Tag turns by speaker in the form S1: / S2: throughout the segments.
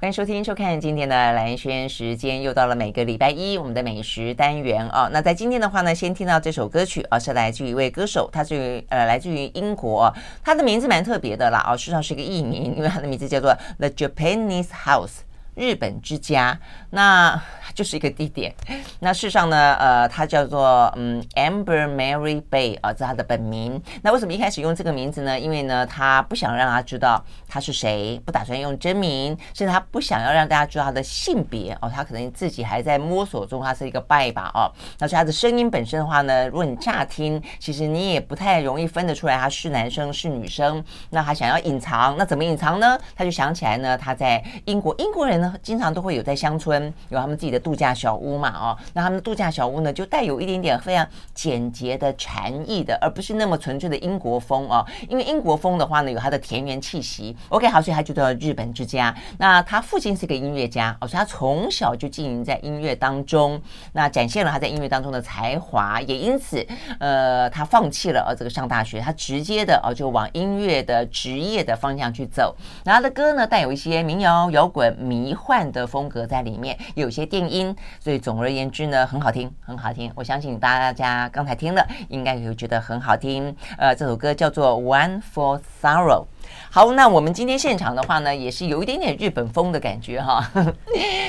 S1: 欢迎收听、收看今天的蓝轩时间，又到了每个礼拜一我们的美食单元哦。那在今天的话呢，先听到这首歌曲啊，是来自于一位歌手，他是呃来自于英国、哦，他的名字蛮特别的啦哦，事实上是一个艺名，因为他的名字叫做 The Japanese House。日本之家，那就是一个地点。那事实上呢，呃，它叫做嗯 Amber Mary Bay 啊、呃，这是它的本名。那为什么一开始用这个名字呢？因为呢，他不想让大家知道他是谁，不打算用真名，甚至他不想要让大家知道他的性别哦。他可能自己还在摸索中，他是一个拜吧哦。那所以他的声音本身的话呢，如果你乍听，其实你也不太容易分得出来他是男生是女生。那他想要隐藏，那怎么隐藏呢？他就想起来呢，他在英国，英国人。经常都会有在乡村有他们自己的度假小屋嘛，哦，那他们度假小屋呢，就带有一点点非常简洁的禅意的，而不是那么纯粹的英国风哦。因为英国风的话呢，有它的田园气息。OK，好，所以他就到日本之家。那他父亲是个音乐家，哦，所以他从小就经营在音乐当中，那展现了他在音乐当中的才华，也因此，呃，他放弃了呃、哦、这个上大学，他直接的哦就往音乐的职业的方向去走。然后他的歌呢，带有一些民谣、摇滚、民。迷幻的风格在里面，有些电音，所以总而言之呢，很好听，很好听。我相信大家刚才听了，应该有觉得很好听。呃，这首歌叫做《One for Sorrow》。好，那我们今天现场的话呢，也是有一点点日本风的感觉哈。 呵呵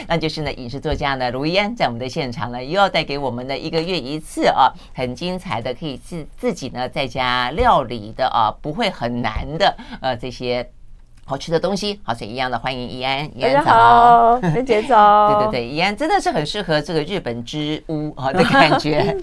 S1: 那就是呢，影视作家呢卢一安在我们的现场呢，又要带给我们的一个月一次啊，很精彩的，可以自自己呢在家料理的啊，不会很难的呃这些。好吃的东西，好，所以一样的欢迎怡安，怡安
S2: 早，好，梅姐早，
S1: 对对对，怡安真的是很适合这个日本之屋啊的感 觉，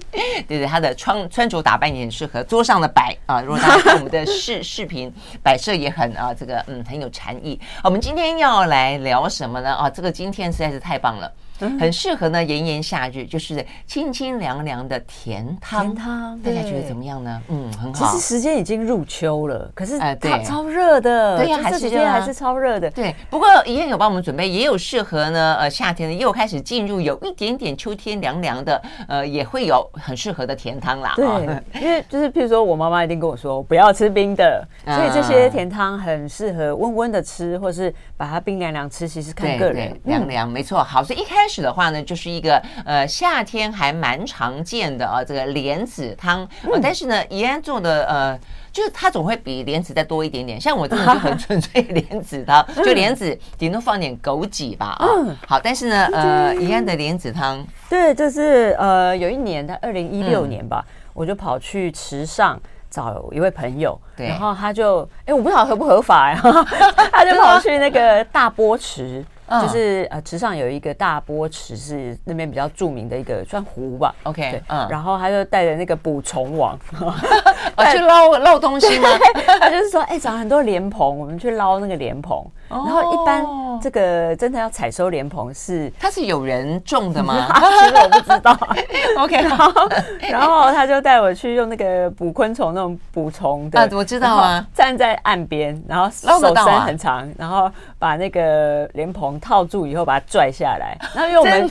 S1: 对对，她的穿穿着打扮也很适合，桌上的摆啊，如果大家看我们的视视频摆设也很啊，这个嗯很有禅意。我们今天要来聊什么呢？啊，这个今天实在是太棒了。
S2: 嗯
S1: 很适合呢，炎炎夏日，就是清清凉凉的甜汤。
S2: 甜汤，
S1: 大家觉得怎么样呢？嗯，很
S2: 其
S1: 好
S2: 实。时间已经入秋了，可是
S1: 哎
S2: 它
S1: 对
S2: 超热的，
S1: 对呀
S2: 就
S1: 还
S2: 这
S1: 是
S2: 几
S1: 热
S2: 天
S1: 啊
S2: 还是超热的。
S1: 对，不过怡燕有帮我们准备，也有适合呢，呃，夏天的，也有开始进入有一点点秋天凉凉的，呃，也会有很适合的甜汤啦。
S2: 对
S1: 哦，
S2: 因为就是譬如说，我妈妈一定跟我说不要吃冰的，
S1: 啊
S2: 所以这些甜汤很适合温温的吃，或是把它冰凉凉吃，其实看
S1: 对
S2: 个
S1: 对，
S2: 人。嗯
S1: 凉凉，没错。好，所以一开始的话呢，就是一个呃夏天还蛮常见的啊、这个莲子汤、
S2: 嗯
S1: 呃但是呢，怡安做的呃。就是它总会比莲子再多一点点，像我真的就很纯粹莲子 汤，
S2: 嗯
S1: 就莲子顶多放点枸杞吧啊、好，但是
S2: 嗯
S1: 呢，呃，怡安的莲子汤，
S2: 对，就是呃，有一年在二零一六
S1: 嗯
S2: 年吧，我就跑去池上。找一位朋友，
S1: 对
S2: 然后他就，哎、我不知道合不合法呀、他就跑去那个大波池，
S1: 啊嗯
S2: 就是呃池上有一个大波池，是那边比较著名的一个算湖吧
S1: OK，
S2: 对，
S1: 嗯
S2: 然后他哎就带着那个捕虫网，
S1: 哦，去捞捞东西吗？
S2: 他就是说，哎、找很多莲蓬，我们去捞那个莲蓬。然后一般
S1: 哦
S2: 这个真的要采收莲蓬是，啊
S1: 它是有人种的 吗
S2: 其实我不知道。
S1: ？OK，
S2: 然后， 然后他就带我去用那个捕昆虫那种捕虫的，
S1: 啊我知道啊，
S2: 站在岸边，然后
S1: 捞
S2: 手
S1: 得到啊
S2: 伸很长，然后把那个莲蓬套住以后，把它拽下来。然后因为我们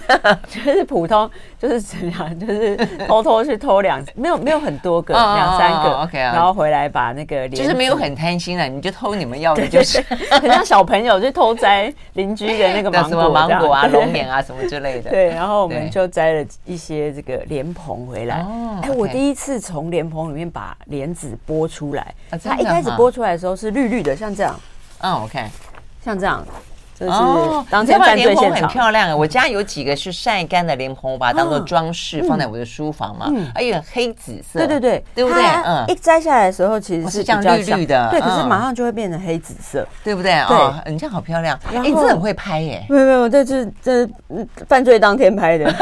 S2: 就是普通，就是怎样，就是偷偷去偷两，没有没有很多个，
S1: 哦哦
S2: 两三
S1: 哦
S2: 个
S1: ，OK，啊
S2: 然后回来把那个莲
S1: 就是没有
S2: 子
S1: 很贪心了，你就偷你们要的就是。
S2: 很像小朋友去偷摘邻居 的那个
S1: 的
S2: 芒
S1: 什
S2: 果
S1: 么，芒果啊、
S2: 这样
S1: 龙。眼啊什么之类的。
S2: 对，然后我
S1: 对
S2: 们就摘了一些这个莲蓬回来
S1: 哦。
S2: 哎，我
S1: OK
S2: 第一次从莲蓬里面把莲子剥出来
S1: 啊。真
S2: 它一
S1: 的
S2: 开始
S1: 哈
S2: 剥出来的时候是绿绿的，像这样，
S1: 嗯，我看。
S2: 像这样，就是当
S1: 哦你
S2: 天
S1: 知道吗
S2: 犯
S1: 莲
S2: 罪
S1: 蓬
S2: 现
S1: 很
S2: 场。
S1: 漂亮啊！我家有几个是晒干的莲蓬，我把它当做
S2: 嗯
S1: 装饰放在我的书房嘛，而且黑紫色。
S2: 对对对，
S1: 对不对？
S2: 它
S1: 嗯
S2: 一，摘下来的时候其实
S1: 哦
S2: 是
S1: 是这样
S2: 比较
S1: 绿
S2: 像
S1: 绿的
S2: 对，可是
S1: 嗯
S2: 马上就会变成黑紫色。
S1: 对不对？哦，你这样好漂亮！哎，
S2: 然
S1: 你真的
S2: 后
S1: 很会拍耶！
S2: 没有没有，这是这是嗯犯罪当天拍的。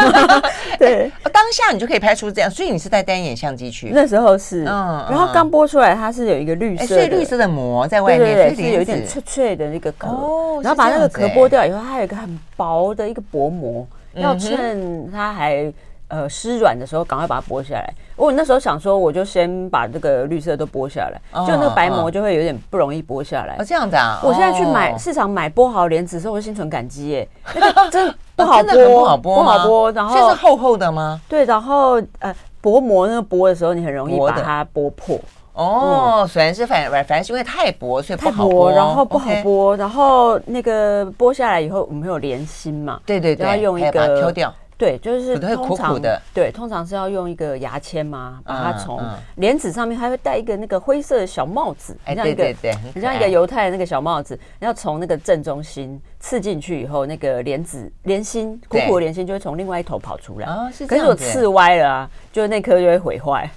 S2: 对，
S1: 哦当下你就可以拍出这样，所以你是带单眼相机去。
S2: 那时候是，
S1: 嗯
S2: 然后
S1: 嗯
S2: 刚剥出来，它是有一个绿
S1: 哎，
S2: 色
S1: 所以
S2: 的，
S1: 绿色的膜在外
S2: 对
S1: 面，
S2: 对
S1: 所
S2: 对，
S1: 以
S2: 是有一
S1: 莲
S2: 点
S1: 子
S2: 脆脆的那个壳，
S1: 哦
S2: 然后把
S1: 是这
S2: 那个
S1: 样子
S2: 壳剥掉以后，它有一个很薄的一个薄膜，要
S1: 嗯哼
S2: 趁它还呃湿软的时候，赶快把它剥下来。我那时候想说，我就先把这个绿色都剥下来，
S1: 哦
S2: 就那个白膜
S1: 哦
S2: 就会有点不容易剥下来
S1: 哦，。这样子啊！
S2: 我现在去买
S1: 哦
S2: 市场买剥好莲子的时候，我就心存感激 耶，那个真的不好
S1: 哦真的很
S2: 剥，
S1: 不好剥吗，
S2: 不好剥，然
S1: 现在
S2: 后
S1: 是厚厚的吗？
S2: 对，然后呃薄膜那个剥的时候，你很容易
S1: 薄
S2: 把
S1: 的
S2: 它剥破。
S1: 哦，虽然是反反反而是因为太薄，所以不
S2: 太
S1: 好
S2: 薄，
S1: 剥，
S2: 然后不好
S1: OK
S2: 剥，然后那个剥下来以后，我们有连心嘛？
S1: 对对对，哎
S2: 要用一
S1: 还要把它
S2: 个
S1: 挑掉。
S2: 对，就是
S1: 可能会
S2: 通
S1: 苦
S2: 常
S1: 苦的
S2: 对，通常是要用一个牙签嘛，把它
S1: 嗯
S2: 从
S1: 嗯
S2: 莲子上面，它会戴一个那个灰色的小帽子，
S1: 哎，
S2: 很像一
S1: 对
S2: 个
S1: 对对，很
S2: 很
S1: 可
S2: 像一
S1: 爱
S2: 个犹太的那个小帽子，然后从那个正中心刺进去以后，那个莲子莲心苦
S1: 对
S2: 苦的莲心就会从另外一头跑出来。
S1: 哦，是这
S2: 可是
S1: 样
S2: 我
S1: 子
S2: 刺歪了啊，就那颗就会 毁坏。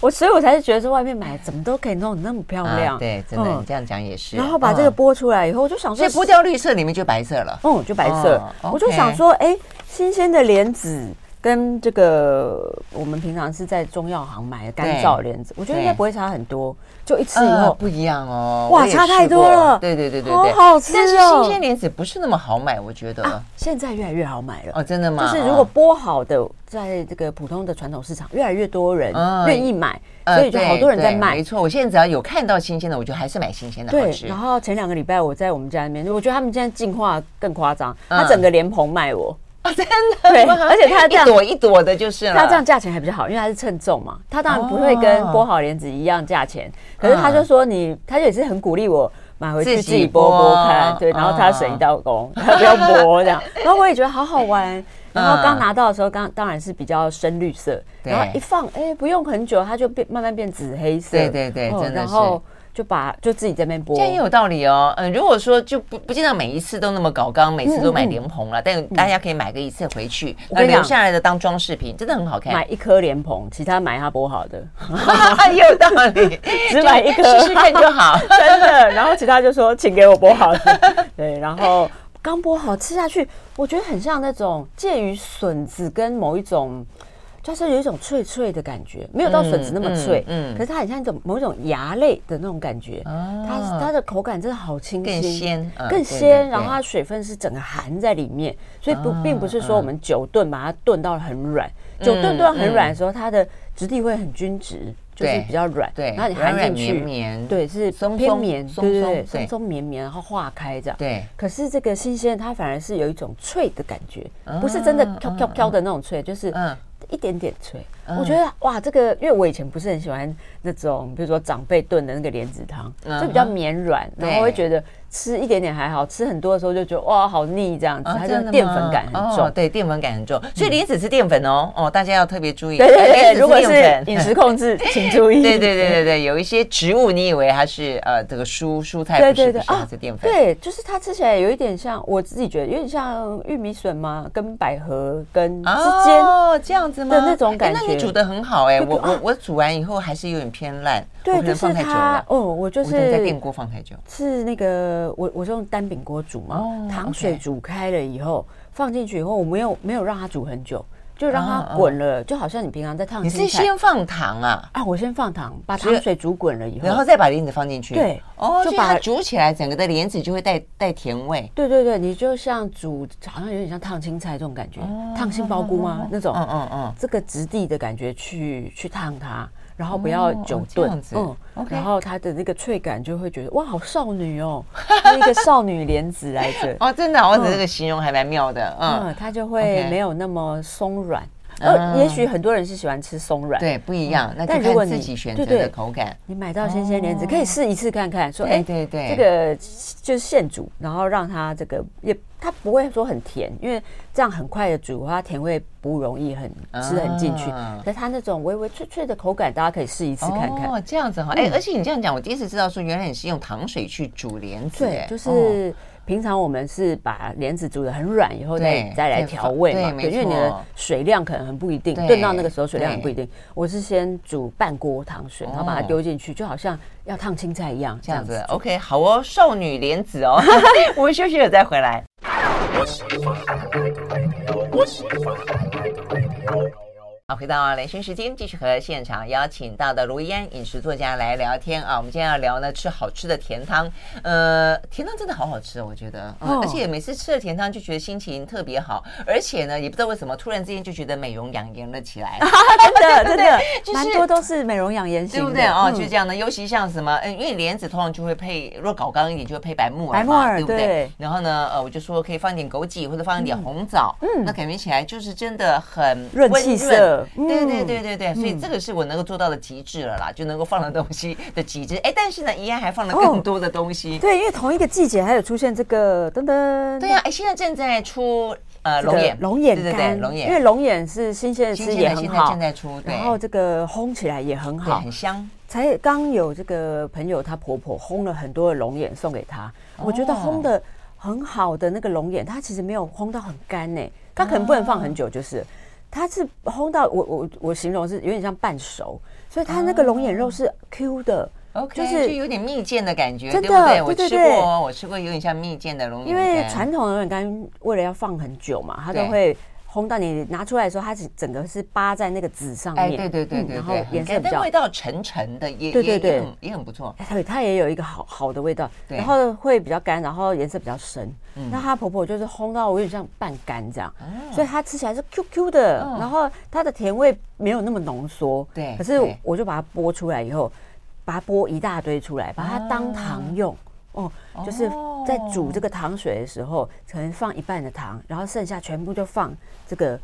S2: 我所以，我才是觉得说外面买怎么都可以弄得那么漂
S1: 啊
S2: 亮。
S1: 对，真的
S2: 嗯
S1: 你这样讲也是。
S2: 然后把这个
S1: 嗯，
S2: 剥出来以后，我就想
S1: 所
S2: 说
S1: 以，剥掉绿色里面就白色了。
S2: 嗯，就白色。
S1: 哦
S2: 我就
S1: OK
S2: 想说，哎、新鲜的莲子跟这个我们平常是在中药行买的干燥莲子，我觉得应该
S1: 对
S2: 不会差很多。就一吃以
S1: 呃
S2: 后，
S1: 不一样哦，
S2: 哇
S1: 我也
S2: 差太
S1: 试过
S2: 多了
S1: 对对对对
S2: 好
S1: 对，
S2: 好吃
S1: 但是
S2: 哦
S1: 新鲜莲子不是那么好买，我觉得。
S2: 啊现在越来越好买了。
S1: 嗯哦，真的
S2: 就
S1: 吗？
S2: 是如果剥好的，在这个普通的传统市场，越来越多人
S1: 嗯
S2: 愿意买，
S1: 呃
S2: 所以就好多人
S1: 对
S2: 在
S1: 对
S2: 卖
S1: 没。错，我现在只要有看到新鲜的，我就还是买新鲜的，好
S2: 对，
S1: 吃
S2: 然。后前两个礼拜我在我们家那边，我觉得他们现在进化更夸张，
S1: 嗯
S2: 他整个莲蓬卖我，
S1: 啊， 真的吗，
S2: 对而且它这样
S1: 一朵一朵的，就是了。
S2: 它这样价钱还比较好，因为它是称重嘛，它当然不会跟剥好莲子一样价钱。
S1: 哦
S2: 可是他就说你，他也是很鼓励我买回去
S1: 自
S2: 自
S1: 己
S2: 己剥剥看
S1: 剥，
S2: 对，然后他省
S1: 嗯
S2: 一道工，他不要剥这样。然后我也觉得好好玩。然后
S1: 嗯
S2: 刚拿到的时候，刚当然是比较深绿色，
S1: 对
S2: 然后一放，哎，不用很久，它就变慢慢变紫黑色。
S1: 对对对
S2: 哦
S1: 真的
S2: 然
S1: 是
S2: 后就把就自己在那边剥
S1: 这。样也有道理哦。嗯，如果说就不不见得每一次都那么搞刚，每次都买莲蓬了，但大家可以买个一次回去，
S2: 我
S1: 那
S2: 跟你
S1: 留
S2: 讲
S1: 下来的当装饰品，真的很好 看。
S2: 买一颗莲蓬，其他买它剥好的，
S1: 有道 理，
S2: 只买一颗
S1: 试试看就 好。
S2: 真的。然后其他就说，请给我剥好的。 对，然后刚剥好吃下去，我觉得很像那种介于笋子跟某一种，就是有一种脆脆的感觉，没有到笋子那么脆，
S1: 嗯嗯嗯
S2: 可是它很像一种某一种芽类的那种感觉。它
S1: 哦
S2: 它的口感真的好清新，
S1: 嗯更鲜嗯对
S2: 更
S1: 对
S2: 鲜。
S1: 对
S2: 然后它水分是整个含在里面，所以不
S1: 啊
S2: 并不是说我们久炖把它炖到很软，
S1: 嗯
S2: 久炖炖到很软的时候，它的质地会很均质，就是
S1: 对
S2: 比较软。
S1: 对，
S2: 然后你
S1: 软
S2: 含
S1: 软
S2: 进去，
S1: 绵绵，
S2: 对，是
S1: 松
S2: 偏
S1: 松
S2: 绵，
S1: 松
S2: 对对
S1: 松
S2: 对，
S1: 对
S2: 松松绵绵，然后化开这样。
S1: 对
S2: 可是这个新鲜，它反而是有一种脆的感觉，不是真的
S1: 嗯
S2: 飘飘飘的那种脆，就是
S1: 嗯
S2: 一点点脆。我觉得哇，这个因为我以前不是很喜欢那种，比如说长辈炖的那个莲子汤，
S1: 嗯
S2: 就比较绵软，
S1: 对
S2: 然后会觉得吃一点点还好，吃很多的时候就觉得哇好腻这样子，
S1: 啊
S2: 它
S1: 真
S2: 就
S1: 的吗
S2: 淀粉感很
S1: 哦
S2: 重。
S1: 对，淀粉感很重，嗯所以莲子是淀粉哦，哦，大家要特别注意。哎
S2: 对对
S1: 莲
S2: 对，
S1: 子
S2: 如果
S1: 淀
S2: 是
S1: 粉 嗯
S2: 饮食控制，请注意。
S1: 对对对对对，有一些植物，你以为它是呃这个蔬蔬菜，不是不是，它是淀粉。
S2: 啊对，就是它吃起来有一点像，我自己觉得有点像玉米笋嘛，跟百合跟之间，
S1: 哦，这样子吗？
S2: 的那种
S1: 哎
S2: 感
S1: 那你
S2: 觉
S1: 煮的很好哎，
S2: 就
S1: 我
S2: 啊
S1: 我我煮完以后还是有点偏烂，我
S2: 对，
S1: 可
S2: 就
S1: 能
S2: 是
S1: 放太久
S2: 它
S1: 了，
S2: 哦，我就
S1: 我可能在电
S2: 是嗯
S1: 锅放太久。
S2: 是那个我我是用单饼锅煮嘛
S1: 哦，
S2: 糖
S1: OK
S2: 水煮开了以后放进去以后，我没有没有让它煮很久，就让
S1: 啊
S2: 它
S1: 啊
S2: 滚了，就好像你平常在烫
S1: 你是
S2: 青菜
S1: 先放糖啊，
S2: 啊，我先放糖，把
S1: 所以
S2: 糖水煮滚了以
S1: 然
S2: 后
S1: 后。再把莲子放进去？
S2: 嗯对
S1: 哦，
S2: 就
S1: 就把
S2: 把
S1: 它煮起来，整个的莲子就会带带甜味。
S2: 对对对，你就
S1: 哦
S2: 像煮，好像有点像烫青菜这种感觉，烫杏鲍菇吗？那种，
S1: 嗯嗯嗯，
S2: 这个质地的感觉去去烫它，然后不要久
S1: 哦这
S2: 炖嗯
S1: 样，子 OK
S2: 然后它的那个脆感就会觉得哇，好少女哦， 是一个少女莲子来着，
S1: 哦，真的啊，我只
S2: 嗯
S1: 是这个形容还蛮妙的。
S2: 嗯
S1: 嗯，，
S2: 它就会
S1: OK
S2: 没有那么松软。
S1: 嗯
S2: 呃，也许很多人是喜欢吃松软，
S1: 对，不一样，那就
S2: 嗯但如果
S1: 看自
S2: 你
S1: 己选择
S2: 对
S1: 的
S2: 对
S1: 口感。
S2: 你买到新鲜莲子可以试一次看看，说
S1: 哦对
S2: 哎，
S1: 对对
S2: 这个就是现煮，然后让它这个也它不会说很甜，因为这样很快的煮，它甜味不容易很吃很进去
S1: 啊。
S2: 可是它那种微微脆脆的口感，大家可以试一次看嗯看。
S1: 哦，这样子哈，哎，而且你这样讲，我第一次知道说，原来你是用糖水去煮莲子，
S2: 对
S1: 哎，哦
S2: 就是平常我们是把莲子煮的很软以后再
S1: 对
S2: 再来
S1: 再
S2: 调
S1: 放
S2: 味
S1: 对
S2: 嘛，
S1: 没
S2: 对，因为你
S1: 错
S2: 的水量可能很不一定，
S1: 对
S2: 炖到那个时候水量很
S1: 对
S2: 不一定。我是先煮半锅糖水，然后把它
S1: 哦
S2: 丢进去，就好像要烫青菜一样，
S1: 这
S2: 这
S1: 样
S2: 样
S1: 子
S2: 子。
S1: ，OK，好哦，少女莲子 哦，我们休息了再回来。好，回到雷军时间，继续和现场邀请到的卢怡安饮食作家来聊天啊。我们今天要聊呢，吃好吃的甜汤。呃，甜汤真的好好吃哦，我觉得，嗯
S2: 哦
S1: 而且每次吃了甜汤就觉得心情特别好，而且呢，也不知道为什么突然之间就觉得美容养颜了起来。
S2: 真的真的
S1: 就是，
S2: 蛮多都是美容养颜型
S1: 对
S2: 的，
S1: 不对哦？就
S2: 嗯
S1: 这样的，尤其像什么，嗯，因为莲子通常就会配，如果搞刚一点就会配白木耳嘛，
S2: 白木耳
S1: 对不对
S2: 对？
S1: 然后呢，呃，我就说可以放一点枸杞或者放一点红枣，嗯，那感觉起来就是真的很
S2: 嗯润
S1: 温
S2: 气色的，
S1: 对
S2: 嗯
S1: 对对对对，所以这个是我能够做到的极致了啦，就能够放的东西的极致。哎，但是呢，宜安还放了更多的东西。
S2: 哦对，因为同一个季节还有出现这个噔噔，
S1: 对啊，哎，现在正在出呃
S2: 这个
S1: 龙眼，
S2: 龙眼
S1: 对对
S2: 干，
S1: 对，龙眼，
S2: 因为龙眼是新鲜的
S1: 新
S2: 汁
S1: 鲜
S2: 也
S1: 的
S2: 很
S1: 现在
S2: 好
S1: 正，在出，对，
S2: 然后这个烘起来也很
S1: 对
S2: 好
S1: 很。香，
S2: 才刚有这个朋友，她婆婆烘了很多的龙眼送给她，
S1: 哦
S2: 我觉得烘的很好的那个龙眼，它其实没有烘到很干呢、它可能不能放很久，就是它是烘到我我我形容是有点像半熟，所以它那个龙眼肉
S1: 哦
S2: 是 Q 的。
S1: OK，
S2: 就是
S1: 就有点蜜饯的感觉，
S2: 真的
S1: 对不
S2: 对
S1: 对？我
S2: 对
S1: 吃
S2: 对
S1: 过哦，我吃过有点像蜜饯的龙眼
S2: 因为
S1: 干
S2: 传统的龙眼干为了要放很久嘛，它
S1: 嗯对
S2: 都会烘到你拿出来的时候，它是整个是扒在那个纸上面。
S1: 哎，对对对
S2: 嗯
S1: 对
S2: 然后
S1: 对，
S2: 颜
S1: 很干，
S2: 色比较
S1: 但味道沉沉的，也
S2: 对对
S1: 也也
S2: 对
S1: 很也很不错。
S2: 哎对，它也有一个好好的味道，
S1: 哦对嗯
S2: 然后会比较干，然后颜色比较深。那她婆婆就是烘到我有点像半干这样，所以它吃起来是 Q Q 的，
S1: 哦嗯
S2: 然后它的甜味没有那么浓缩。
S1: 对
S2: 可是
S1: 对
S2: 我就把它剥出来以后，把它剥一大堆出来，把它
S1: 啊
S2: 当糖用。哦，就是在煮这个糖水的时候，可能放一半的糖，然后剩下全部就放这个。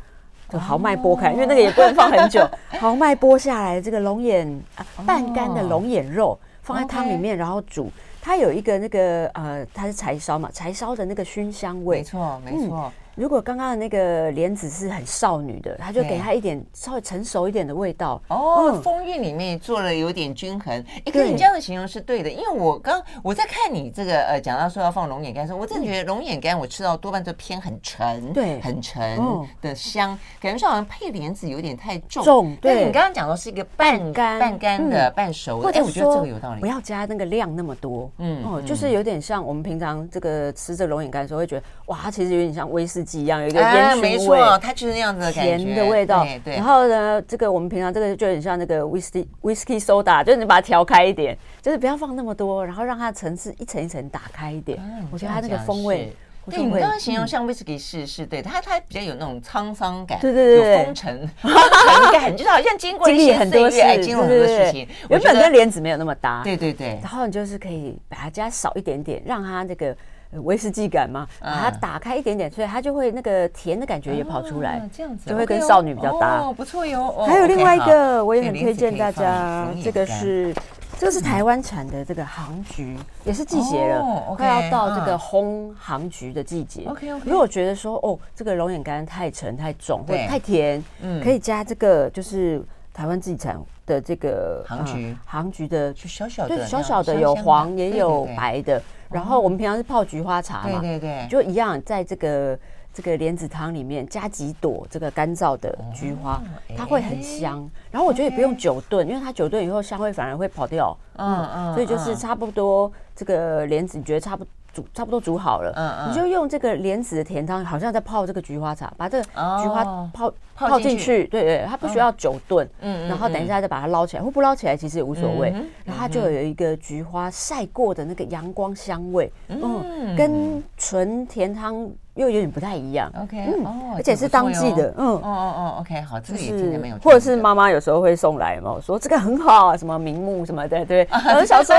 S2: 就
S1: 哦
S2: 豪迈剥开，因为那个也不能放很久。豪迈剥下来这个龙眼啊，半干的龙眼肉放在汤里面，然后煮。它有一个那个呃，它是柴烧嘛，柴烧的那个熏香
S1: 没
S2: 味。
S1: 错，没
S2: 嗯
S1: 错，
S2: 如果刚刚的那个莲子是很少女的，它就
S1: 对
S2: 给它一点稍微成熟一点的味道。
S1: 哦，
S2: 嗯
S1: 风韵里面做了有点均衡。哎，可是你
S2: 对
S1: 这样的形容是对的，因为我刚我在看你这个呃讲到说要放龙眼干的时候，我真的觉得龙眼干我吃到多半都偏很沉，
S2: 嗯对
S1: 很沉
S2: 嗯
S1: 的香，感觉上好像配莲子有点太重。
S2: 重
S1: 但是
S2: 对
S1: 你刚刚讲到是一个半
S2: 半干嗯
S1: 半干的半熟的，
S2: 或
S1: 哎，
S2: 者
S1: 我觉得这
S2: 说
S1: 个有道理
S2: 不。要加那个量那么多，
S1: 嗯
S2: 嗯，哦，
S1: 嗯
S2: 就是有点像我们平常这个吃这龙眼干的时候，会觉得哇，它其实有点像威士忌一样，有一个
S1: 哎
S2: 烟
S1: 没
S2: 熏味，
S1: 错，它就是那样子的感觉，
S2: 甜的味道
S1: 对。对，
S2: 然后呢，这个我们平常这个就很像那个 whisky whisky soda，就是你把它调开一点，就是不要放那么多，然后让它层次一层一层打开一点
S1: 嗯。
S2: 我觉
S1: 这
S2: 得
S1: 样
S2: 它那个
S1: 讲
S2: 风味
S1: 是，
S2: 嗯我
S1: 对
S2: 觉得
S1: 你
S2: 会
S1: 刚刚形容像威士忌是是对，它它比较有那种沧桑感，
S2: 对对对对
S1: 有风尘 风尘感，就是好像经过
S2: 经
S1: 一
S2: 历
S1: 些
S2: 很
S1: 岁
S2: 多
S1: 月，
S2: 事，
S1: 哎，经过很多事情，我
S2: 原
S1: 觉
S2: 本
S1: 得
S2: 跟莲子没有那么搭，
S1: 对对对
S2: 然后你就是可以把它加少一点点，让它那个呃威士忌感嘛，把它
S1: 嗯
S2: 打开一点点，所以它就会那个甜的感 觉也跑出来
S1: 啊。这样子
S2: 就会跟
S1: OK 哦
S2: 少女比较搭
S1: 哦，不错哟。哦
S2: 还有
S1: OK，
S2: 另外一个，
S1: 好
S2: 我也
S1: 对
S2: 很
S1: 莲
S2: 推
S1: 子
S2: 荐
S1: 可以
S2: 大
S1: 放
S2: 家
S1: 龙，眼
S2: 这个
S1: 干
S2: 是这个是台湾产的这个杭菊，也是季节
S1: 哦
S2: 了，
S1: ，OK，
S2: 快要到这个
S1: 嗯
S2: 烘杭菊的季节。
S1: OK，OK
S2: 如果觉得说哦，这个龙眼干太沉太重或
S1: 对
S2: 者太甜，
S1: 嗯
S2: 可以加这个就是台湾自己产的这个
S1: 杭菊
S2: 呃杭菊的
S1: 就小小的那
S2: 对，
S1: 样，
S2: 小小的
S1: 香
S2: 有
S1: 香
S2: 黄也
S1: 对对
S2: 有
S1: 对嗯
S2: 白的，然后我们平常是泡菊花茶
S1: 对
S2: 嘛，
S1: 对对，
S2: 就一样在这个这个莲子汤里面加几朵这个干燥的菊花，
S1: 哦
S2: 它会
S1: 哎
S2: 很香。然后我觉得也不用久炖，因为它久炖以后香味反而会跑掉。
S1: 嗯嗯
S2: 所以就是
S1: 嗯
S2: 差不多这个莲子，你觉得差不煮差不多煮好了，
S1: 嗯嗯
S2: 你就用这个莲子的甜汤，好像在泡这个菊花茶，把这个菊花
S1: 哦
S2: 泡
S1: 泡
S2: 泡
S1: 进
S2: 进去，对对，它不需要久炖，
S1: 嗯嗯
S2: 然后等一下再把它捞起来，或不捞起来其实也无所谓
S1: 嗯哼，
S2: 然后它就有一个菊花晒过的那个阳光香味，嗯，跟纯甜汤又有点不太一样，
S1: OK，哦
S2: 嗯，而且是当季的，
S1: 嗯，
S2: 嗯
S1: 哦。哦哦，OK，好，这
S2: 就
S1: 个也听着蛮
S2: 是
S1: 有，
S2: 或者
S1: 趣的
S2: 是妈妈有时候会送来嘛，我说这个很好啊，什么名目什么 的，对。然后想说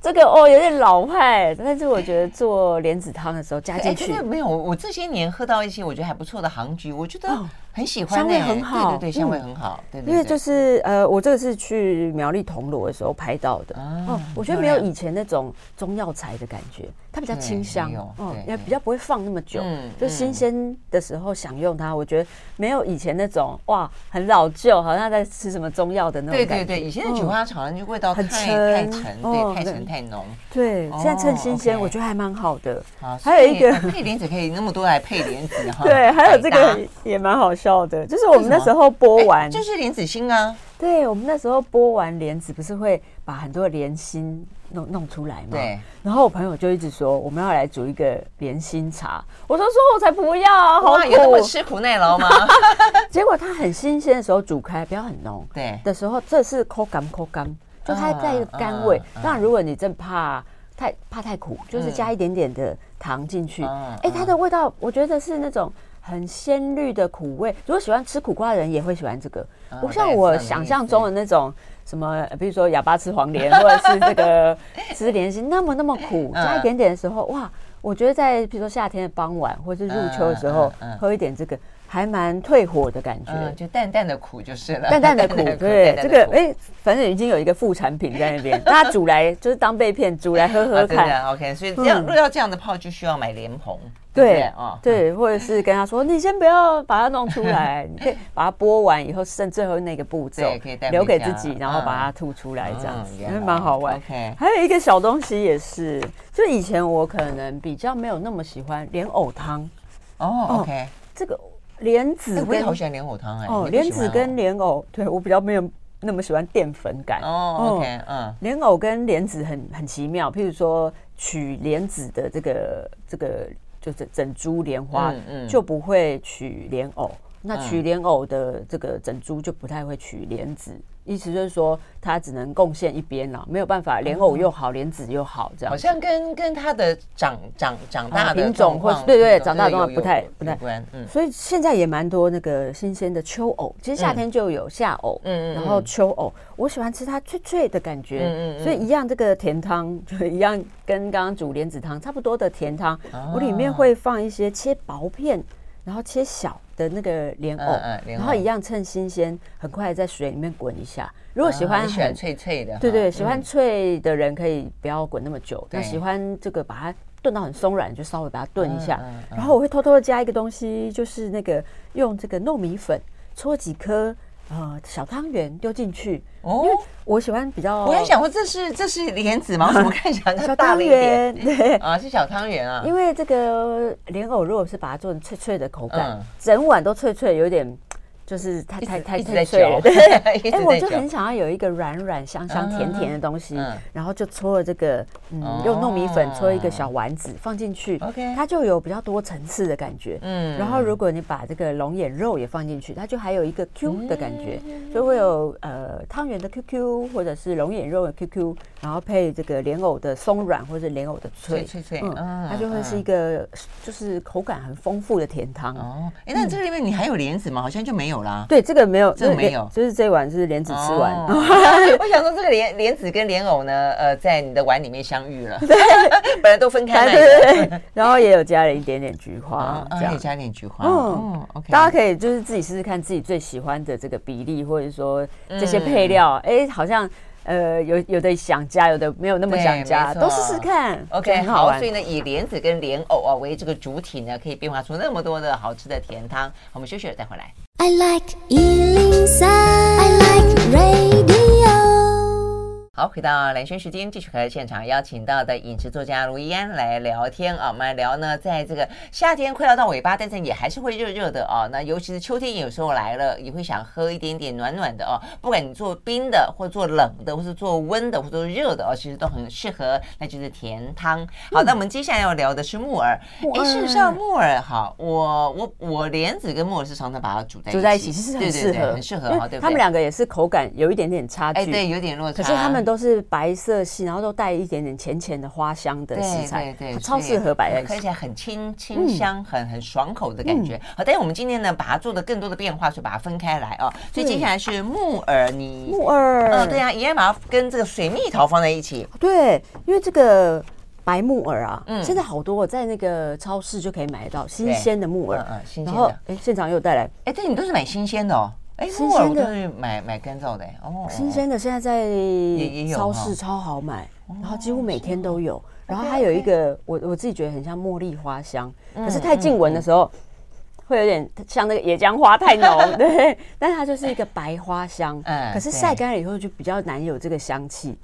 S2: 这个哦有点老派，但是我觉得做莲子汤的时候加
S1: 哎，
S2: 进
S1: 真
S2: 去
S1: 的，没有，我这些年喝到一些我觉得还不错的杭菊，我觉得
S2: 哦
S1: 很喜欢、欸，
S2: 香味很好
S1: 对对对，香味
S2: 嗯
S1: 很好，对对对，
S2: 因为就是呃，我这个是去苗栗铜锣的时候拍到的
S1: 啊
S2: 哦，我觉得没有
S1: 漂亮
S2: 以前那种中药材的感觉，它比较
S1: 对
S2: 清香
S1: 没有，
S2: 哦
S1: 对，对
S2: 也比较不会放那么久
S1: 嗯，
S2: 就新鲜的时候享用它，我觉得没有以前那种哇很老旧，好像在吃什么中药的那
S1: 对
S2: 种感觉。嗯
S1: 对对，以前的菊花茶就味道太
S2: 很
S1: 太
S2: 沉
S1: 沉，对，
S2: 哦
S1: 太
S2: 对
S1: 沉太浓。
S2: 对，现在趁新鲜，
S1: 哦，OK
S2: 我觉得还蛮好的。
S1: 好，
S2: 还
S1: 所
S2: 有
S1: 以
S2: 一个
S1: 呃 配莲子可以那么多来配莲子哈，
S2: 对，还有
S1: 百
S2: 这
S1: 搭
S2: 个也蛮好笑的，就是我们那时候
S1: 哎
S2: 剥完，
S1: 就是莲子心啊，
S2: 对我们那时候剥完莲子，不是会把很多莲心弄弄出来吗？
S1: 对。
S2: 然后我朋友就一直说我们要来煮一个莲心茶，我说说我才不要啊，好
S1: 哇，有那么
S2: 苦。
S1: 吃苦耐劳 吗？
S2: 结果它很新鲜的时候煮开，不要很浓。
S1: 对啊
S2: 的时候，这是口感口感，就它带一个甘味
S1: 嗯嗯。嗯
S2: 当然，如果你真怕太怕太苦，就是加一点点的糖进去。
S1: 嗯
S2: 哎，它的味道我觉得是那种很鲜绿的苦味。如果喜欢吃苦瓜的人也会喜欢这个
S1: 嗯。
S2: 不像我想象中的那种什么，比如说哑巴吃黄连，或者是这个吃莲心那么那么苦，
S1: 嗯
S2: 加一点点的时候，哇！我觉得在比如说夏天的傍晚，或是入秋的时候
S1: 嗯嗯嗯嗯，
S2: 喝一点这个，还蛮退火的感觉。
S1: 嗯，就淡淡的苦就是了，
S2: 淡淡的苦，对
S1: 淡淡
S2: 这
S1: 的
S2: 个
S1: 苦
S2: 哎，反正已经有一个副产品在那 边，大家煮来就是当被骗，煮来喝
S1: 啊
S2: 喝
S1: 真
S2: 看，
S1: 的 OK，所以这样
S2: 嗯
S1: 如果要这样的泡，就需要买莲蓬，不
S2: 对
S1: 啊，
S2: 对，或者是跟他说，你先不要把它弄出来，你可以把它剥完以后剩最后那个步骤
S1: 对可以带，回
S2: 留给
S1: 家
S2: 自己，然后把
S1: 嗯
S2: 它吐出来，这样
S1: 嗯
S2: 子，
S1: 原
S2: 因为
S1: 来
S2: 蛮好玩。
S1: OK
S2: 还有一个小东西也是，就以前我可能比较没有那么喜欢莲藕汤，
S1: 哦，OK，哎
S2: 这个莲子
S1: 我也
S2: 跟
S1: 好喜欢莲藕汤哎，
S2: 哦
S1: 你不喜
S2: 莲
S1: 欢
S2: 子跟莲藕，对我比较没有那么喜欢淀粉感
S1: 哦
S2: 嗯
S1: ，OK，嗯，
S2: 莲藕跟莲子很很奇妙，譬如说取莲子的这个这个就整整株莲花，
S1: 嗯嗯
S2: 就不会取莲藕。那取莲藕的这个整株就不太会取莲子，意思就是说它只能贡献一边啦，没有办法，莲藕又好，莲子又好，这样
S1: 好。像跟跟它的长长长大
S2: 啊
S1: 的
S2: 品种
S1: 状况
S2: 或是对对
S1: 品种
S2: 长大的
S1: 这个
S2: 状况
S1: 有
S2: 不太
S1: 有
S2: 不太
S1: 有关，嗯
S2: 所以现在也蛮多那个新鲜的秋藕，其实夏天就有夏藕，
S1: 嗯嗯嗯
S2: 然后秋藕，我喜欢吃它脆脆的感觉，
S1: 嗯嗯嗯
S2: 所以一样这个甜汤就一样跟刚刚煮莲子汤差不多的甜汤，
S1: 啊
S2: 我里面会放一些切薄片，然后切小的那个莲藕，
S1: 嗯嗯莲藕
S2: 然后一样趁新鲜，很快在水里面滚一下。如果喜
S1: 啊
S2: 欢
S1: 你喜欢
S2: 很
S1: 脆脆的哈，
S2: 对对，
S1: 嗯
S2: 喜欢脆的人可以不要滚那么久，那
S1: 对
S2: 喜欢这个把它炖到很松软，就稍微把它炖一下
S1: 嗯嗯。嗯
S2: 然后我会偷偷的加一个东西，就是那个用这个糯米粉搓几颗呃小汤圆丢进去，因
S1: 哦
S2: 为。哦我喜欢比较
S1: 我还想说这是这是莲子吗？我怎么看起来
S2: 小
S1: 它大
S2: 啊汤
S1: 了一点？
S2: 圆，对。
S1: 啊，是小汤圆啊
S2: 因。为这个莲藕如果是把它做成脆脆的口感，
S1: 嗯
S2: 整碗都脆脆，有点就是太
S1: 一直
S2: 太
S1: 一
S2: 太
S1: 直在
S2: 太脆
S1: 嚼。
S2: 了 对，
S1: 一直在
S2: 哎，我就
S1: 嚼
S2: 很想要有一个软软香香
S1: 嗯
S2: 甜甜的东西
S1: 嗯，
S2: 然后就搓了这个，
S1: 哦
S2: 嗯，用糯米粉搓一个小丸子放进去
S1: OK
S2: 它就有比较多层次的感觉。
S1: 嗯
S2: 然后如果你把这个龙眼肉也放进去，它就还有一个
S1: 嗯
S2: Q 的感觉，就会有呃汤圆的 QQ 或者是龙眼肉的 QQ，然后配这个莲藕的松软或者莲藕的脆
S1: 脆脆脆嗯
S2: 嗯，它就会是一个就是口感很丰富的甜汤。
S1: 哦，哎，那这里面你还有莲子吗？好像就没有啦。
S2: 对，这个没有，
S1: 这个没有
S2: 就是这碗是莲子吃完，
S1: 哦 我想说这个莲莲子跟莲藕呢，呃，在你的碗里面相 遇了，本来都分开卖的。
S2: 对对对， 然后也有加了一点点菊花
S1: 啊，，
S2: 这
S1: 可
S2: 样
S1: 以。加点菊花。
S2: 嗯
S1: 嗯，OK。
S2: 大家可以就是自己试试看自己最喜欢的这个比例，或者说
S1: 嗯
S2: 这些配料，哎，好像呃有有的想加，有的没有那么
S1: 对
S2: 想加，
S1: 没错
S2: 都试试看
S1: OK，
S2: 就很好
S1: 好，
S2: 玩
S1: 所。以呢，以莲子跟莲藕啊为这个主体呢，可以变化出那么多的好吃的甜汤。我们休息了再回来。
S3: I like Ealing Sound. I like radio.
S1: 好，回到蓝轩时间，继续和现场邀请到的饮食作家卢怡安来聊天啊。我们来聊呢，在这个夏天快要到尾巴，但是也还是会热热的啊。那尤其是秋天，有时候来了，也会想喝一点点暖暖的哦、不管你做冰的，或做冷的，或是做温的，或做热的哦、其实都很适合，那就是甜汤。
S2: 嗯
S1: 好，那我们接下来要聊的是木耳。哎，事实上木耳好，我我我莲子跟木耳是常常把它煮在
S2: 煮在一起其
S1: 对
S2: 实
S1: 对
S2: 很适
S1: 对
S2: 合，
S1: 很适合
S2: 因为
S1: 哈，对不对？
S2: 他们两个也是口感有一点点差
S1: 哎，
S2: 距，
S1: 对，有点落差。
S2: 可是他们都是白色系，然后都带一点点浅浅的花香的食材，
S1: 对对
S2: 它
S1: 对，
S2: 超
S1: 所以
S2: 适合摆在一
S1: 喝
S2: 起。嗯
S1: 起来很清清香，很很爽口的感觉。好，但是我们今天呢，把它做的更多的变化，所以把它分开来哦。所以接下来是木耳泥，
S2: 木耳，
S1: 嗯，对啊，一样把它跟这个水蜜桃放在一起。
S2: 对，因为这个白木耳啊，
S1: 嗯
S2: 现在好多我在那个超市就可以买得到新鲜的木耳
S1: 嗯，嗯，新
S2: 然
S1: 鲜
S2: 后
S1: 的。
S2: 哎，现场又带来
S1: 哎，对你都是买新鲜的哦。哎，
S2: 新
S1: 木耳我
S2: 鲜的
S1: 都是买买干燥的。哎哦，
S2: 新鲜的，现在
S1: 也
S2: 在
S1: 有
S2: 超
S1: 哈哦
S2: 市超好买，然后几乎每天都有。然后还有一个，我我自己觉得很像茉莉花香，
S1: 嗯
S2: 可是太近闻的时候。会有点像那个野姜花 太浓，对，但是它就是一个白花香，
S1: 嗯
S2: 可是
S1: 对
S2: 晒干了以后就比较难有这个香气。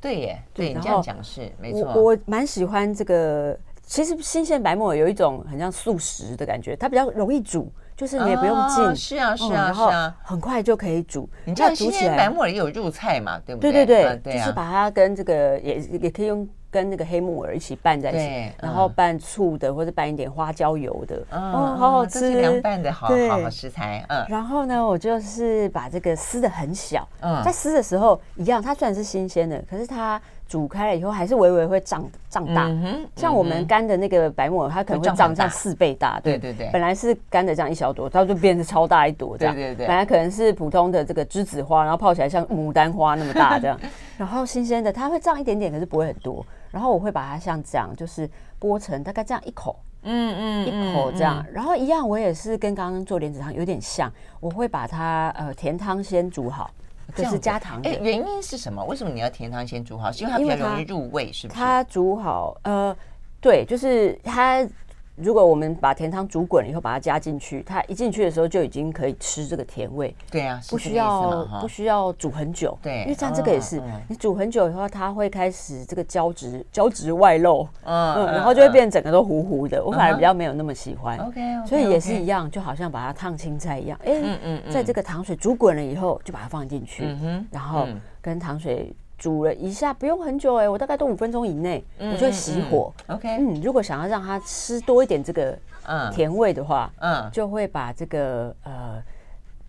S1: 对耶，
S2: 对
S1: 对你这
S2: 然
S1: 样
S2: 后
S1: 讲是没错。
S2: 我我蛮喜欢这个，其实新鲜白木耳有一种很像素食的感觉，它比较容易煮，就是你也不用进，
S1: 哦是啊是
S2: 嗯
S1: 啊
S2: 然
S1: 是
S2: 后
S1: 啊。
S2: 很快就可以煮。
S1: 你这样
S2: 那
S1: 新
S2: 煮起
S1: 鲜白
S2: 来，
S1: 木耳也有入菜嘛，对不
S2: 对
S1: 对？
S2: 对
S1: 啊
S2: 对，
S1: 对
S2: 就
S1: 啊
S2: 是把它跟这个也也可以用跟那个黑木耳一起拌在一
S1: 对嗯
S2: 起，然后拌醋的或者拌一点花椒油的，哦，
S1: 嗯，
S2: 好好
S1: 这是
S2: 吃。
S1: 凉拌的好
S2: 对
S1: 好好食材，嗯，
S2: 然后呢，我就是把这个撕的很小，
S1: 嗯
S2: 在撕的时候一样，它虽然是新鲜的，可是它煮开了以后还是微微会胀胀大。
S1: 嗯哼
S2: 像我们干的那个白木耳，它可能
S1: 会
S2: 会
S1: 胀很
S2: 胀像
S1: 大
S2: 四倍大，
S1: 对对对
S2: 本来是干的这样一小朵，它就变成超大一朵这样。
S1: 对对对
S2: 本来可能是普通的这个栀子花，然后泡起来像牡丹花那么 大这样。然后新鲜的，它会胀一点点，可是不会很多。然后我会把它像这样，就是剥成大概这样一口，
S1: 嗯嗯，
S2: 一口这样，然后一样，我也是跟刚刚做莲子汤有点像，我会把它呃甜汤先煮好，可
S1: 这样
S2: 是
S1: 子
S2: 加糖
S1: 哎、
S2: 的。
S1: 原因是什么？为什么你要甜汤先煮好？是因为它比
S2: 因
S1: 较
S2: 为
S1: 容易
S2: 它
S1: 入味，是不是？
S2: 它煮好，呃，对，就是它。如果我们把甜汤煮滚了以后，把它加进去，它一进去的时候就已经可以吃这个甜味，
S1: 对啊，是
S2: 不
S1: 这
S2: 需
S1: 个意思
S2: 要
S1: 嘛哈
S2: 不需要煮很久。
S1: 对
S2: 因为像这个也是
S1: 嗯嗯，
S2: 你煮很久以后，它会开始这个胶质胶质外露，
S1: 嗯
S2: 嗯，然后就会。
S1: 嗯
S2: 变整个都糊糊的。我
S1: 嗯
S2: 反而
S1: 哼
S2: 比较没有那么喜欢。
S1: OK，OK，OK
S2: 所以也是一样，就好像把它烫青菜一样。哎，
S1: 嗯嗯嗯
S2: 在这个糖水煮滚了以后，就把它放进去
S1: 嗯哼，
S2: 然后
S1: 嗯
S2: 跟糖水煮了一下，不用很久哎，我大概都五分钟以内，
S1: 嗯
S2: 我就会熄火。
S1: 嗯嗯 OK
S2: 嗯，如果想要让它吃多一点这个
S1: 嗯
S2: 甜味的话，
S1: 嗯，
S2: 就会把这个呃。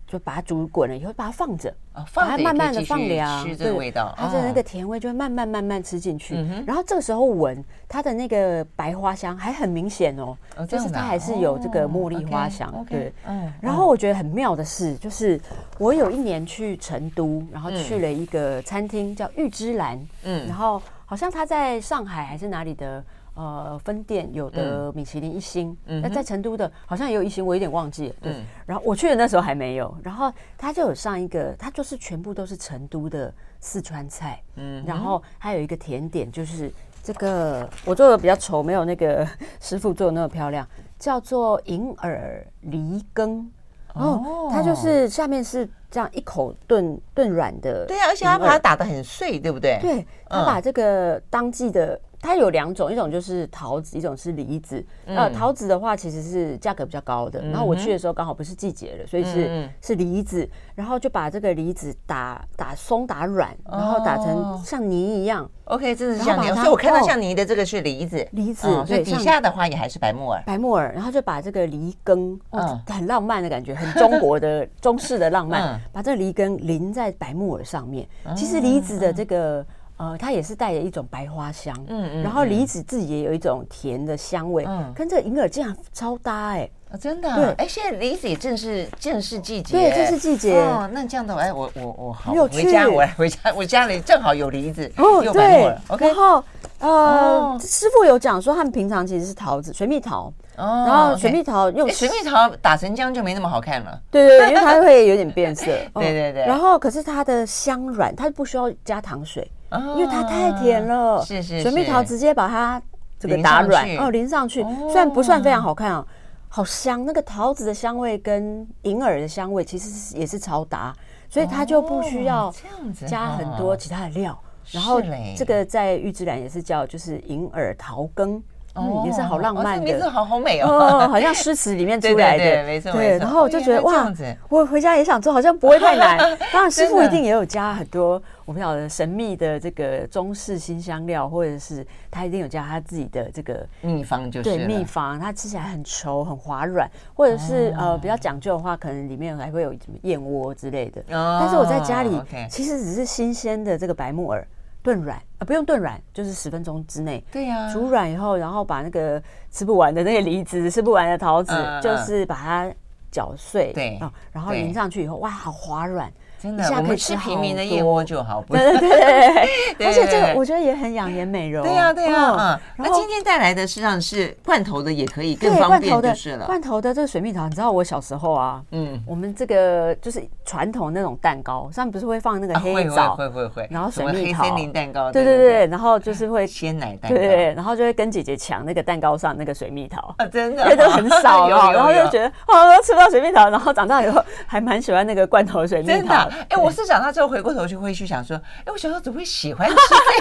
S2: 就把它煮滚了以后，把它放着，
S1: 哦
S2: 把
S1: 放
S2: 它
S1: 着
S2: 慢慢
S1: 也可以继
S2: 的
S1: 续
S2: 放凉，
S1: 吃这个
S2: 对
S1: 味道，
S2: 它的那
S1: 哦
S2: 个甜味就会慢慢慢慢吃进去
S1: 嗯哼。
S2: 然后这个时候闻它的那个白花香还很明显哦
S1: 哦，这
S2: 就
S1: 样
S2: 是
S1: 子啊
S2: 它还是有这个茉莉花香
S1: 哦，，OK，OK，
S2: 对。
S1: 嗯，
S2: 然后我觉得很妙的是，就是我有一年去成都，然后去了一个餐厅叫玉芝兰，
S1: 嗯
S2: 嗯，然后好像它在上海还是哪里的。呃，分店有
S1: 嗯
S2: 的米其林一星，那、在成都的好像也有一星，我有点忘记了。对，
S1: 嗯
S2: 然后我去的那时候还没有，然后它就有上一个，它就是全部都是成都的四川菜，嗯，然后还有一个甜点，就是这个我做的比较丑，没有那个 师傅做的那么漂亮，叫做银耳梨羹。
S1: 哦
S2: 哦，它就是下面是这样一口炖炖软的，
S1: 对啊，而且它把它打得很碎，对不对？，
S2: 对，它把这个当季的，它有两种，一种就是桃子，一种是梨子。
S1: 嗯
S2: 呃，桃子的话其实是价格比较高的，然后我去的时候刚好不是季节了，所以
S1: 嗯嗯
S2: 是是梨子，然后就把这个梨子打打松打软，然后打成
S1: 哦
S2: 像泥一样，
S1: OK，真的是
S2: 然
S1: 像
S2: 后把
S1: 你，
S2: 它
S1: 所以我看到
S2: 哦
S1: 像你的这个是梨子，
S2: 梨子
S1: 嗯所以
S2: 对
S1: 底
S2: 像
S1: 下的话也还是白木耳，
S2: 白木耳，然后就把这个梨根，哦，
S1: 嗯
S2: 很浪漫的感觉，很中 国的中式的浪
S1: 嗯
S2: 漫，把这个梨根淋在白木耳上面。其实梨子的这个。呃，它也是带着一种白花香，
S1: 嗯
S2: 嗯
S1: 嗯
S2: 然后梨子自己也有一种甜的香味，
S1: 嗯
S2: 跟这个银耳竟然超搭哎、
S1: 哦真的啊。
S2: 对
S1: 哎，现在梨子也正是正是季节，
S2: 对正是季节
S1: 哦，那这样的话，哎，我我我好，
S2: 很有
S1: 我回家
S2: 趣
S1: 我来 回家，我家里正好有梨子，又白木耳，OK，
S2: 哦然后呃，
S1: 哦
S2: 师傅有讲说他们平常其实是桃子水蜜桃，
S1: 哦
S2: 然后
S1: OK
S2: 水蜜桃用
S1: 哎水蜜桃打成浆就没那么好看了。。
S2: 对对，对因为它会有点变色
S1: 对对对
S2: 然后可是它的香软，它不需要加糖水，
S1: 哦
S2: 因为它太甜了。
S1: 啊是是
S2: 水蜜桃
S1: 是
S2: 直接把它这个
S1: 淋
S2: 打
S1: 上
S2: 软
S1: 去
S2: 哦，淋上去
S1: 哦，
S2: 虽然不算非常好看啊。好香，那个桃子的香味跟银耳的香味其实是也是超搭，所以它就不需要
S1: 哦这样子
S2: 加很
S1: 哦
S2: 多其他的料。然后
S1: 是嘞
S2: 这个在玉之兰也是叫就是银耳桃羹，嗯，也是好浪漫
S1: 哦
S2: 的，
S1: 这名字好好美
S2: 哦，
S1: 哦。
S2: 好像诗词里面出来 的，
S1: 对对对没错没错
S2: 然后我就觉得
S1: 哦原来这
S2: 哇
S1: 样子，
S2: 我回家也想做，好像不会 太难。当然，师
S1: 真
S2: 傅
S1: 的
S2: 一定也有加很多我们晓得神秘的这个中式新香料，或者是他一定有加他自己的这个。
S1: 秘方就是
S2: 对
S1: 了
S2: 秘方，它吃起来很稠、很滑软，或者是、
S1: 哦
S2: 呃比较讲究的话，可能里面还会有什么燕窝之类的。
S1: 哦
S2: 但是我在家里
S1: OK
S2: 其实只是新鲜的这个白木耳炖软，呃不用炖软，就是十分钟之内，
S1: 对呀，
S2: 煮软以后，然后把那个吃不完的那个梨子、吃不完的桃子，
S1: 嗯嗯
S2: 就是把它搅碎，
S1: 对
S2: 哦然后
S1: 对
S2: 淋上去以后，哇，好滑软，
S1: 真
S2: 一
S1: 的，
S2: 下
S1: 我
S2: 可
S1: 们
S2: 以
S1: 吃
S2: 吃
S1: 平
S2: 好
S1: 民的
S2: 多
S1: 燕窝就好， 不
S2: 对对对
S1: 对
S2: 而且这
S1: 对
S2: 个我觉得也很养颜美容。哦
S1: 对呀对呀，嗯。
S2: 然
S1: 那
S2: 后
S1: 今天带来的实际上是罐头的，也可以更
S2: 对
S1: 方
S2: 罐
S1: 便
S2: 头
S1: 就
S2: 的
S1: 是了。
S2: 罐头的这个水蜜桃，你知道我小时候啊，
S1: 嗯，
S2: 我们这个就是传统那种蛋糕上面不是会放那个
S1: 啊
S2: 黑
S1: 会
S2: 枣，
S1: 会会会会，
S2: 然后
S1: 什
S2: 水
S1: 么
S2: 蜜
S1: 黑
S2: 桃
S1: 森林蛋糕，
S2: 对对对，，然后就是会
S1: 鲜奶 蛋
S2: 对
S1: 糕，
S2: 对对，然后就会跟姐姐抢那个蛋糕上那个水蜜桃。
S1: 啊，真的
S2: 因为 都很
S1: 啊
S2: 少了，然后就觉
S1: 得
S2: 得哦，都吃不到水蜜桃，然后长大以后还蛮喜欢那个罐头水蜜
S1: 真的
S2: 桃
S1: 啊。，哎，我是长大之后回过头去会去想说，哎，我小时候怎么会喜 欢吃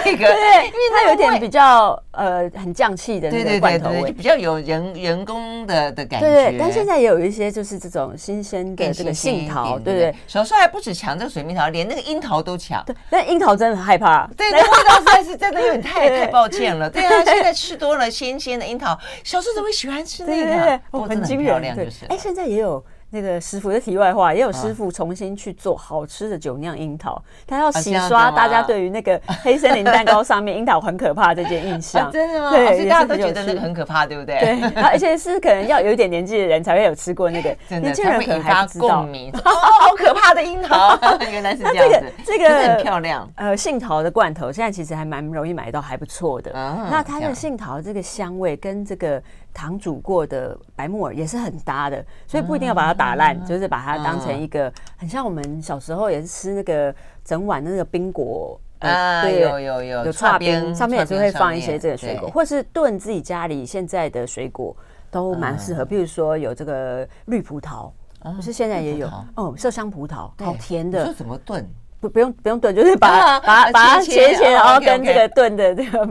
S1: 这个？
S2: 对，因为它
S1: 那
S2: 有
S1: 个味
S2: 点比较呃很降气的
S1: 对
S2: 那
S1: 对对
S2: 个罐头
S1: 对，就
S2: 味。
S1: 比较有人人工的的感觉。
S2: 对对，但现在也有一些就是这种新鲜的
S1: 更
S2: 这个
S1: 新鲜一
S2: 杏桃，
S1: 点
S2: 对
S1: 对
S2: 对
S1: 不对？小时候还不止抢这个水蜜桃，连那个樱桃都抢。
S2: 对。但樱桃真的很害怕，
S1: 对，那味道实在是真的有点太
S2: 对
S1: 太抱歉了。对啊，现在吃多了鲜鲜的樱桃，小时候怎么会喜欢吃那
S2: 对
S1: 个
S2: 对
S1: 啊
S2: 对？，
S1: 不
S2: 哦，
S1: 过
S2: 很
S1: 真的
S2: 惊
S1: 漂
S2: 人。
S1: 亮
S2: 对
S1: 就是啊了啊
S2: 哎，。现在也有那个师傅，这题外话，也有师傅重新去做好吃的酒酿樱桃，他要
S1: 这
S2: 洗
S1: 样啊子
S2: 刷
S1: 吗
S2: 大家对于那个黑森林蛋糕上面樱桃很可怕这件 印
S1: 啊
S2: 象。
S1: 真的吗？
S2: 对，
S1: 哦所以
S2: 也
S1: 大家
S2: 是
S1: 都
S2: 很有
S1: 觉得那个
S2: 趣
S1: 很可怕，对不对？
S2: 对，，然后而且是可能要有一点年纪的人才会有吃过那个，
S1: 真的
S2: 年轻
S1: 才
S2: 人
S1: 会
S2: 可能
S1: 引
S2: 还
S1: 发
S2: 不知道
S1: 共。 鸣。哦，好可怕的樱桃， 原来是这样子。
S2: 这个这
S1: 可是很
S2: 个
S1: 漂亮。
S2: 呃，杏桃的罐头现在其实还蛮容易买到，还不错的。
S1: 啊
S2: 那它
S1: 这样
S2: 的杏桃这个香味跟这个糖煮过的白木耳也是很搭的，所以不一定要把它打
S1: 啊
S2: 烂，就是把它当成一个、很像我们小时候也是吃那个整碗的那个冰果。呃
S1: 啊，
S2: 对
S1: 有有有，
S2: 有
S1: 串
S2: 刨冰，上面也是会放一些这个水果，，或是炖自己家里现在的水果都蛮适合。
S1: 嗯
S2: 比如说有这个绿葡萄，不是现在也有
S1: 啊绿葡萄
S2: 哦，麝香葡萄，
S1: 对
S2: 好甜
S1: 你说
S2: 的，
S1: 怎么炖？
S2: 不不用不用炖，就是把
S1: 啊
S2: 把
S1: 啊
S2: 把它
S1: 切
S2: 切
S1: 切
S2: 一切，
S1: 哦
S2: 然后
S1: OK，
S2: 跟
S1: OK
S2: 这个炖的这 个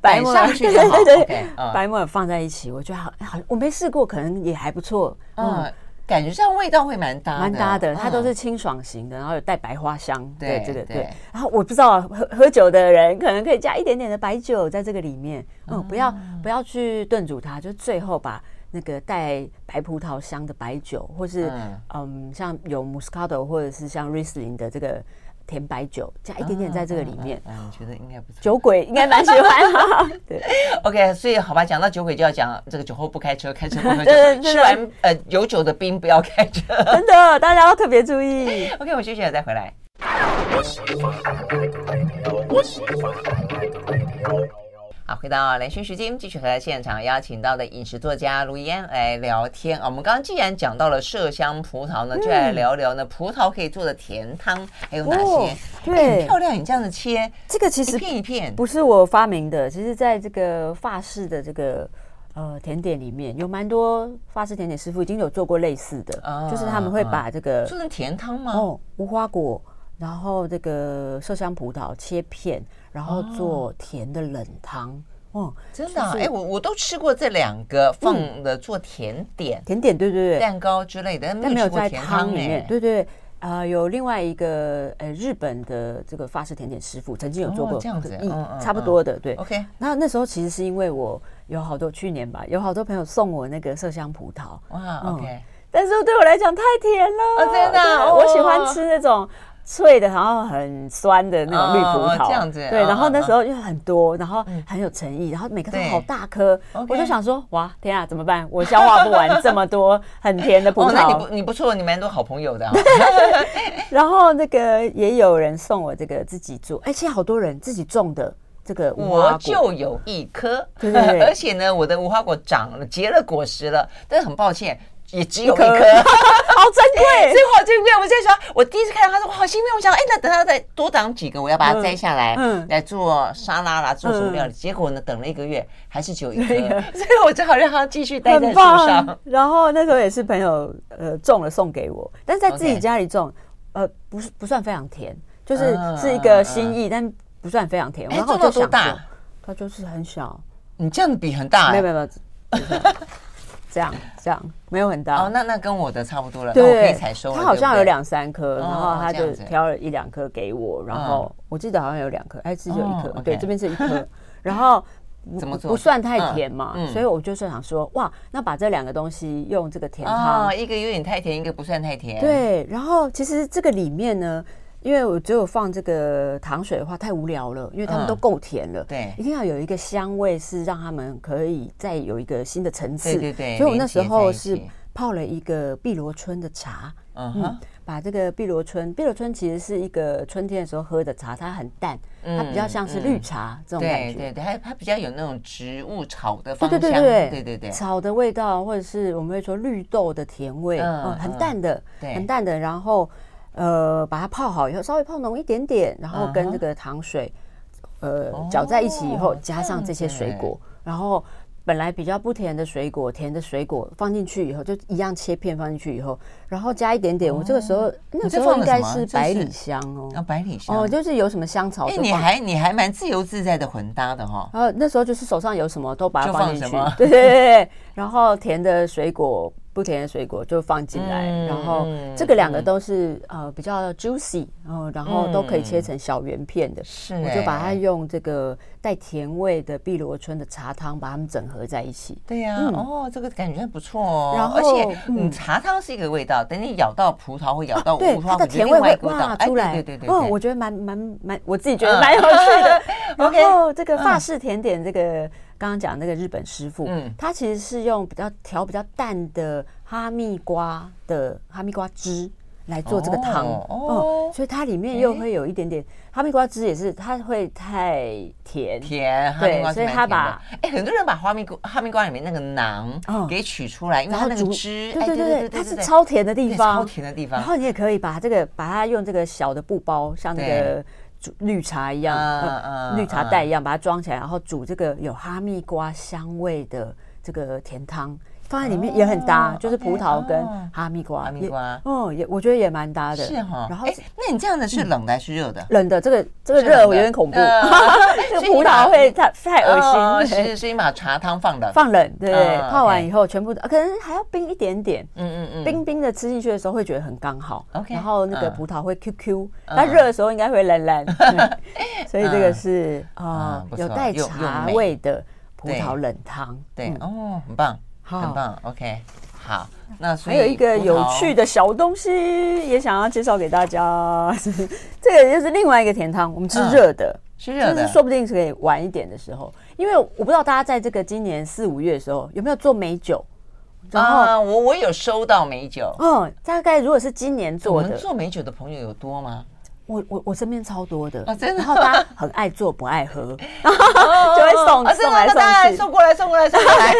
S2: 白木耳，
S1: 摆上去
S2: 对
S1: 就
S2: 对
S1: 好
S2: 对对
S1: OK，嗯，
S2: 白木耳放在一起，我觉得好好，我没试过，可能也还不错，嗯。
S1: 嗯，感觉上味道会蛮搭的，
S2: 蛮搭的，它都是
S1: 啊嗯
S2: 清爽型的，然后有带白花香，
S1: 对
S2: 对对对
S1: 对
S2: 对。然后我不知道啊喝喝酒的人可能可以加一点点的白酒在这个里面，
S1: 哦
S2: 嗯，不要不要去炖煮它，就最后把那个带白葡萄香的白酒，或是
S1: 嗯
S2: 嗯像有 Moscato 或者是像 Riesling 的这个甜白酒，加一点点在这个里面，
S1: 嗯，嗯嗯嗯觉得应该不错。
S2: 酒鬼应该蛮喜欢 的。对，
S1: OK，所以好吧，讲到酒鬼就要讲这个酒后不开车，开车不喝酒
S2: 对对。对
S1: 吃完呃有酒的冰不要开车。
S2: 真的，大家要特别注意。
S1: OK，我休息了再回来。好，回到蓝轩时间，继续和现场邀请到的饮食作家卢怡安来聊天啊。我们刚刚既然讲到了麝香葡萄呢，就来聊聊呢，葡萄可以做的甜汤还有哪
S2: 哦
S1: 些？哎很
S2: 对
S1: 漂，亮，你这样子切
S2: 这个其
S1: 一
S2: 实
S1: 片一片，
S2: 不是我发明的，其实在这个法式的这个呃甜点里面，有蛮多法式甜点师傅已经有做过类似的，
S1: 啊
S2: 就是他们会把这个、
S1: 做成甜汤吗？
S2: 哦无花果，然后这个麝香葡萄切片，然后做甜的冷汤。哦，
S1: 真的啊，
S2: 就是
S1: 哎，我我都吃过这两个放的做甜点。
S2: 甜点对对对，
S1: 蛋糕之类的，
S2: 但
S1: 但
S2: 没有
S1: 吃过
S2: 在
S1: 甜
S2: 汤里面
S1: 哎。
S2: 对对，呃，有另外一个呃日本的这个法式甜点师傅曾经有做
S1: 哦
S2: 过
S1: 这样子
S2: 一
S1: 嗯嗯
S2: 差不
S1: 嗯
S2: 多的对。
S1: OK，
S2: 那那时候其实是因为我有好多去年吧，有好多朋友送我那个麝香葡萄，
S1: 哇
S2: 嗯
S1: ，OK，
S2: 但是对我来讲太甜了，
S1: 哦真的啊
S2: 对
S1: 哦
S2: 我喜欢吃那种。脆的，然后很酸的那种绿葡
S1: 哦
S2: 萄，
S1: 这样子
S2: 对，
S1: 嗯
S2: 然后那
S1: 嗯
S2: 时候又很多，然后很有诚意，然后每个都
S1: 对
S2: 好大颗，
S1: OK
S2: 我就想说，哇，天啊，怎么办？我消化不 完这么多很甜的葡
S1: 哦，那你
S2: 萄
S1: 不。你不错，你蛮多好朋友的 啊。
S2: 然后那个也有人送我这个自己做，而且好多人自己种的这个无花
S1: 我
S2: 果，
S1: 就有一颗，
S2: 对对对
S1: 而且呢，我的无花果长了结了果实了，但是很抱歉，也只有一颗。
S2: 一颗好珍贵
S1: 所。以我这边我在想，我第一次看到它说哇好新鲜，我想哎，那等它再多长几个，我要把它摘下来，
S2: 嗯嗯嗯
S1: 来做沙拉啦，做什么料理？结果呢，等了一个月还是只有一 颗，所以我只好让它继续待在
S2: 很
S1: 树上
S2: 棒。。然后那时候也是朋友呃种了送给我，但是在自己
S1: OK
S2: 家里种，呃，不是不算非常甜，就是
S1: 嗯
S2: 是一
S1: 嗯
S2: 个
S1: 嗯
S2: 心意，但不算非常甜。
S1: 哎
S2: 然后我
S1: 种到
S2: 就
S1: 多
S2: 想
S1: 大
S2: 说，它就是很小，
S1: 你这样比很大，
S2: 没
S1: 哎
S2: 有没有没有，这样这样没有很
S1: 哦，
S2: 大。
S1: 那那跟我的差不多了，那我可以
S2: 对
S1: 采，收了。
S2: 它好像
S1: 对不
S2: 有
S1: 对
S2: 两三颗，然后他
S1: 这
S2: 就
S1: 样子嗯
S2: 挑了一两颗给我，然后我记得好像有两颗，哎，这就一颗
S1: 哦，
S2: 对，
S1: OK
S2: 这边是一颗，然后
S1: 怎么做
S2: 不算太甜嘛
S1: 嗯嗯，
S2: 所以我就想说，哇，那把这两个东西用这个甜汤
S1: 哦，一个有点太甜，一个不算太甜。，
S2: 对，然后其实这个里面呢，因为我只有放这个糖水的话太无聊了，因为它们都
S1: 嗯
S2: 够甜了。
S1: 对
S2: 一定要有一个香味是让他们可以再有一个新的层次。
S1: 对对对
S2: 所以我那
S1: 连
S2: 时
S1: 接在
S2: 候
S1: 一
S2: 是
S1: 起
S2: 泡了一个碧螺春的茶。
S1: 嗯
S2: 嗯
S1: 哼，，
S2: 把这个碧螺春，碧螺春其实是一个春天的时候喝的茶，它很淡，它比较像是绿
S1: 嗯
S2: 茶这种感
S1: 对
S2: 觉
S1: 对。对，它它比较有那种植物炒的
S2: 对
S1: 芳
S2: 对
S1: 香，
S2: 对对
S1: 对对对
S2: 草的味道，或者是我们会说绿豆的甜味，
S1: 嗯
S2: 嗯，很
S1: 嗯
S2: 淡的，
S1: 对
S2: 很淡的。然后呃，把它泡好以后，稍微泡浓一点点，然后
S1: 嗯
S2: 跟
S1: 哼
S2: 这个糖水呃
S1: 哦
S2: 搅在一起以后，
S1: 这
S2: 加上
S1: 样
S2: 这些
S1: 子
S2: 水果，然后。本来比较不甜的水果，甜的水果放进去以后，就一样切片放进去以后，然后加一点点。我这个时候
S1: 哦
S2: 那
S1: 你
S2: 时
S1: 这
S2: 候
S1: 放
S2: 应
S1: 了
S2: 该
S1: 什么
S2: 是
S1: 这是
S2: 百里香哦，
S1: 啊，百里香。
S2: 哦，就是有什么香草
S1: 哎，
S2: 就
S1: 你
S2: 放
S1: 还你还蛮自由自在的混搭的哈。
S2: 然后那时候就是手上有什么都把它
S1: 就
S2: 放
S1: 放
S2: 进
S1: 什
S2: 去
S1: 么，
S2: 对对对对。然后甜的水果、不甜的水果就放进来，
S1: 嗯
S2: 然后
S1: 嗯
S2: 这个两个都是、呃比较 juicy，呃，然后都可以切成小圆片的。
S1: 是
S2: 我
S1: 哎
S2: 就把它用这个带甜味的碧螺春的茶汤把它们整合在一起。
S1: 对呀、
S2: 嗯
S1: 哦，这个感觉不错哦。
S2: 然后
S1: 而且你
S2: 嗯啊
S1: 茶汤是一个味道，等你咬到葡萄或咬到
S2: 对
S1: 无花
S2: 它
S1: 果，
S2: 的
S1: 就
S2: 甜
S1: 另
S2: 味
S1: 外一
S2: 会
S1: 个味道
S2: 哇
S1: 哎，
S2: 出来，
S1: 对对对对
S2: 嗯，
S1: 对。
S2: 我觉得蛮蛮蛮，我自己觉得蛮有 趣的。
S1: OK，
S2: 然后这个法式甜点，这个刚刚讲那个日本师傅，
S1: 嗯
S2: 嗯，他其实是用比较调比较淡的哈密瓜的哈密瓜汁。来做这个汤
S1: 哦
S2: 哦
S1: 哦，
S2: 所以它里面又会有一点点哈密瓜汁，也是它会太甜，
S1: 甜，哈
S2: 对
S1: 密瓜是
S2: 所以
S1: 蛮
S2: 它
S1: 甜
S2: 把
S1: 的哎，很多人把哈密瓜哈密瓜里面那个囊
S2: 嗯
S1: 给取出来，因为它那个
S2: 煮
S1: 汁，
S2: 对
S1: 哎
S2: 对对，它是超甜的地
S1: 对
S2: 方，
S1: 超甜的地方
S2: 然后你也可以把这个把它用这个小的布包，像那个煮绿茶一样，
S1: 嗯
S2: 呃
S1: 嗯
S2: 绿茶袋一样，把它装起来，然后煮这个有哈密瓜香味的这个甜汤。放在里面也很搭，
S1: 哦
S2: 就是葡萄
S1: OK，
S2: 跟
S1: 哦
S2: 哈密瓜，
S1: 哈密
S2: 也
S1: 瓜
S2: 哦，也我觉得也蛮搭的。
S1: 是哈。
S2: 然后嗯
S1: 哎，那你这样子是冷的还是热的？
S2: 冷的这个这个
S1: 是冷的
S2: 热我有点恐怖，
S1: 嗯
S2: 这个葡萄会太太恶
S1: 哦
S2: 心，嗯对
S1: 是，所以把茶汤放冷。
S2: 放冷
S1: 嗯
S2: 对
S1: ，OK
S2: 泡完以后全部啊可能还要冰一点点，
S1: 嗯嗯嗯，
S2: 冰冰的吃进去的时候会觉得很刚好
S1: OK，
S2: 然后那个
S1: 嗯
S2: 葡萄会 QQ，它热的时候应该会烂 烂，对所以这个是啊
S1: 嗯不错
S2: 有带
S1: 又又
S2: 茶
S1: 美
S2: 味的葡萄冷汤。
S1: 对
S2: 嗯
S1: 哦，很棒，
S2: 好
S1: 很棒。OK，好，那所
S2: 还
S1: 以
S2: 有一个有趣
S1: 的
S2: 的小东西也想要介绍给大家， 这个就是另外一个甜汤，我们吃
S1: 嗯
S2: 热的。
S1: 是热
S2: 就是
S1: 的，
S2: 说不定是可以晚一点的时候，因为我不知道大家在这个今年四五月的时候有没有做美酒，然后
S1: 啊，我我有收到美酒，
S2: 嗯，大概如果是今年
S1: 我
S2: 做
S1: 们
S2: 的，
S1: 做美酒的朋友有多吗？
S2: 我我我身边超多的
S1: 哦真的
S2: 然后大家很爱做不爱喝， 然后 就会送
S1: 啊真的
S2: 送来
S1: 那当然
S2: 送
S1: 送过来，送过来，送过 来。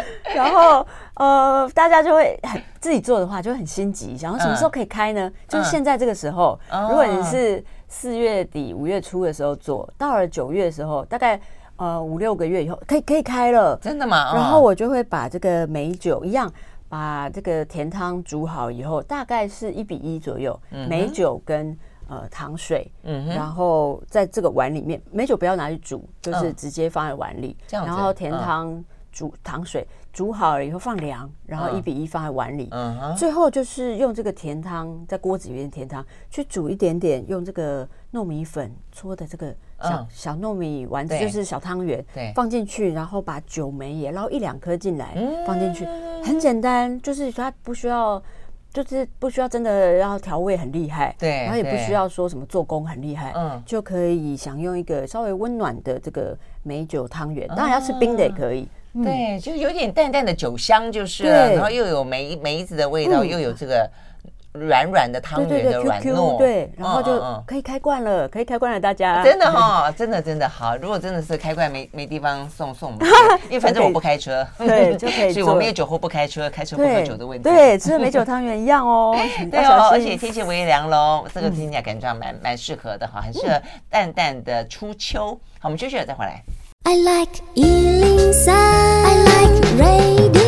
S2: 去，然后呃大家就会很自己做的话就会很心急，想要什么时候可以开呢？就是现在这个时候，
S1: 嗯哦
S2: 如果你是四月底五月初的时候做，到了九月的时候，大概呃五六个月以后可以可以开了，
S1: 真的吗？哦
S2: 然后我就会把这个美酒一样，把这个甜汤煮好以后，大概是一比一左右，美酒跟呃糖水，
S1: 嗯哼
S2: 然后在这个碗里面，美酒不要拿去煮，就是
S1: 嗯
S2: 直接放在碗里，
S1: 这样子
S2: 然后甜
S1: 嗯
S2: 汤煮糖水煮好了以后放凉，然后一比一放在碗里。
S1: 嗯哼，
S2: 最后就是用这个甜汤，在锅子里面甜汤去煮一点点，用这个糯米粉搓的这个小、
S1: 嗯
S2: 小糯米丸子，
S1: 对
S2: 就是小汤圆
S1: 对，
S2: 放进去，然后把九梅也捞一两颗进来，
S1: 嗯
S2: 放进去，很简单，就是它不需要。就是不需要真的要调味很厉害，
S1: 对
S2: 然后也不
S1: 对
S2: 需要说什么做工很厉害，
S1: 嗯
S2: 就可以享用一个稍微温暖的这个美酒汤
S1: 啊
S2: 圆，当然要吃冰的也可以，嗯
S1: 对，就是有点淡淡的酒香就是了，
S2: 对
S1: 然后又有梅梅子的味道，
S2: 嗯
S1: 又有这个软软的汤
S2: 对对
S1: 圆的
S2: 对
S1: 软
S2: ，QQ
S1: 糯，
S2: 对，然后
S1: 嗯嗯
S2: 就
S1: 嗯
S2: 可以开罐了，可以开罐了，大家
S1: 真的哈、真的真的好。如果真的是开罐没没地方送送我们去，因为 反正我不开车，
S2: 对 就可以
S1: 所以我
S2: 做
S1: 没有酒后不开车，开车不喝
S2: 对
S1: 酒的问题。
S2: 对，吃了美酒汤圆一 样哦，
S1: 对
S2: 要小
S1: 哦，而
S2: 心嗯
S1: 且天气微凉喽，这个听起来感觉上蛮蛮适合的哈，很适合淡淡的初秋。好，我们休息了再回来。
S3: I like Ealing Sound. I like radio.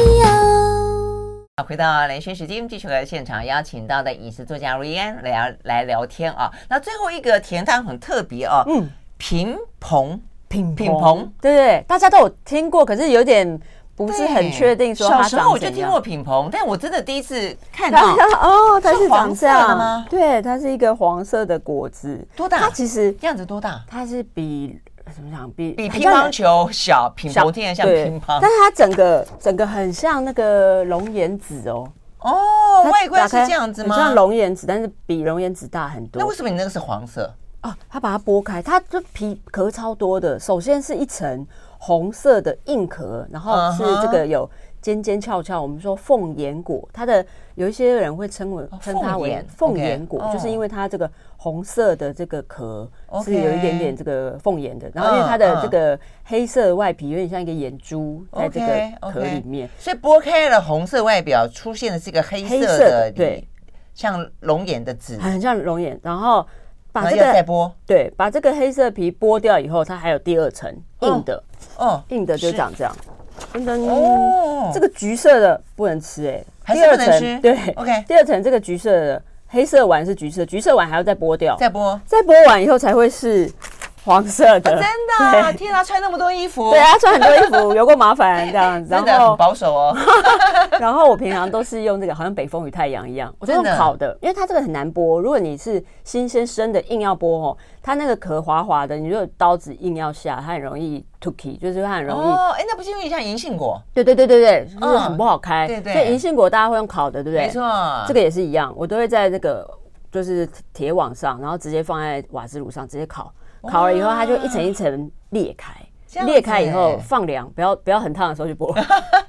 S1: 好，回到蓝轩时间，继续和现场邀请到的饮食作家瑞安聊来聊天啊。那最后一个甜汤很特别哦，嗯，平蓬
S2: 品
S1: 品棚，
S2: 对对对，大家都有听过，可是有点不是很确定说
S1: 小
S2: 它
S1: 时候
S2: 长
S1: 我就
S2: 怎
S1: 听
S2: 样
S1: 过。品棚，但我真的第一次看
S2: 它
S1: 到，
S2: 哦，它是长这
S1: 是黄色的
S2: 样
S1: 吗，
S2: 对，它是一个黄色的果子，
S1: 多大
S2: 它其实
S1: 这样子多大？
S2: 它是比怎么讲，比
S1: 比
S2: 很
S1: 乒
S2: 像
S1: 乓球小，品
S2: 小
S1: 棚听起来像
S2: 对
S1: 乒乓
S2: 但是它整个整个很像那个龙眼籽哦，
S1: 哦，
S2: 它
S1: 外观
S2: 打
S1: 是
S2: 开
S1: 这样子吗？
S2: 很像龙眼籽，但是比龙眼籽大很多。
S1: 那为什么你那个是黄色？
S2: 啊，他把它剥开，它这皮壳超多的。首先是一层红色的硬壳，然后是这
S1: 嗯
S2: 个有尖尖翘翘，我们说凤眼果。它的有一些人会称为
S1: 哦
S2: 称它
S1: 凤
S2: 为
S1: 眼
S2: 凤
S1: OK，嗯
S2: 眼果，就是因为它这个红色的这个壳是
S1: OK
S2: 有一点点这个凤眼的，然后因为
S1: 嗯
S2: 它的
S1: 嗯
S2: 这个黑色的外皮有点像一个眼珠在这个
S1: OK，OK
S2: 壳里面。
S1: 所以剥开了红色外表，出现的是一个黑
S2: 黑
S1: 色
S2: 色的
S1: 的，
S2: 对，
S1: 像龙眼的籽，
S2: 很像龙眼，然后
S1: 然
S2: 把
S1: 后
S2: 这
S1: 要再
S2: 个
S1: 剥，
S2: 对把这个黑色皮剥掉以后，它还有第二层
S1: 哦
S2: 硬的，
S1: 哦，
S2: 硬的就是长这样。噔噔
S1: 哦
S2: 嗯这个橘色的不能吃哎、
S1: 还是
S2: 第
S1: 不
S2: 二
S1: 能
S2: 层
S1: 吃
S2: 对
S1: OK
S2: 第二层这个橘色的黑色丸是橘色，橘色丸还要再剥掉，
S1: 再剥。
S2: 再剥完以后才会是黄色的。
S1: 真的啊，
S2: 对
S1: 天哪，穿那么多衣服，
S2: 对啊，穿很多衣服，有够麻烦这样。然
S1: 真的很
S2: 后，
S1: 保守哦。
S2: 然后我平常都是用这个，好像北风与太阳一样，我都用
S1: 真的
S2: 烤的，因为它这个很难剥。如果你是新鲜生的，硬要剥哦，它那个壳滑滑的，你如果刀子硬要下，它很容易 tuki，就是它很容易
S1: 哦，哎，那不是因为像银杏果？
S2: 对对对对对，就是
S1: 嗯
S2: 很不好开。
S1: 对对
S2: 所以银杏果大家会用烤的，对不对？
S1: 没错，
S2: 这个也是一样，我都会在那个就是铁网上，然后直接放在瓦斯炉上直接烤，烤了以后它就一层一层裂开。
S1: 这样子
S2: 裂开以后
S1: 欸
S2: 放凉，不要不要很烫的时候 去剥，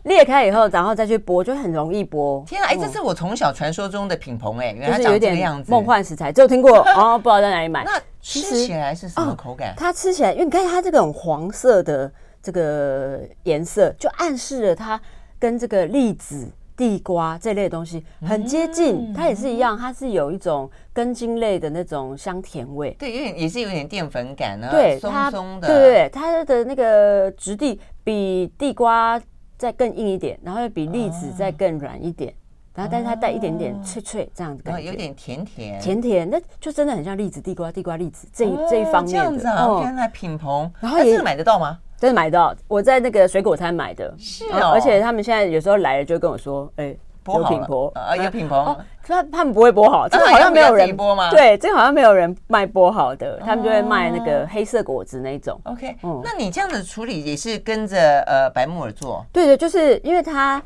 S2: 裂开以后然后再去剥，就很容易剥。
S1: 天啊，哎，这是我从小传说中的品棚哎，原来
S2: 就嗯
S1: 它
S2: 是有
S1: 长这个
S2: 点
S1: 样子。
S2: 梦。幻食材，只有 听过哦，不知道在哪里买。
S1: 那
S2: 其
S1: 吃
S2: 实
S1: 起来是什么
S2: 哦
S1: 口感？
S2: 它吃起来，因为你看它这个很黄色的这个颜色，就暗示了它跟这个栗子、地瓜这类的东西很接
S1: 嗯
S2: 近。它也是一样，它是有一种根茎类的那种香甜味。
S1: 对，有点也是有点淀粉感呢，
S2: 对，它
S1: 呃松松的，
S2: 对对对，它的那个质地比地瓜再更硬一点，然后又比栗子
S1: 哦
S2: 再更软一点，然后但是它带一点点脆脆这样子
S1: 然
S2: 感
S1: 后
S2: 觉，
S1: 哦有点甜甜，
S2: 甜甜，那就真的很像栗子、地瓜、地瓜、栗子这一、
S1: 哦
S2: 这一方
S1: 这样
S2: 面
S1: 子
S2: 的。
S1: 啊，
S2: 哦
S1: 原来品棚，
S2: 然后
S1: 那
S2: 也
S1: 这个买得到吗？
S2: 真的买到，我在那个水果摊买的，
S1: 是
S2: 然后
S1: 哦
S2: 而且他们现在有时候来了就跟我说，哎、
S1: 剥
S2: 有
S1: 好
S2: 品
S1: 了
S2: 剥，
S1: 呃有品
S2: 哦
S1: 棚，，
S2: 他他们不会剥好，这个
S1: 啊
S2: 好像没有
S1: 要
S2: 人
S1: 自己剥吗
S2: 对，这个好像没有人卖剥好的，他们就会卖那
S1: 哦
S2: 个黑色果子那一种。
S1: OK，、
S2: 嗯
S1: 那你这样子处理也是跟着呃白木耳做，
S2: 对的，就是因为它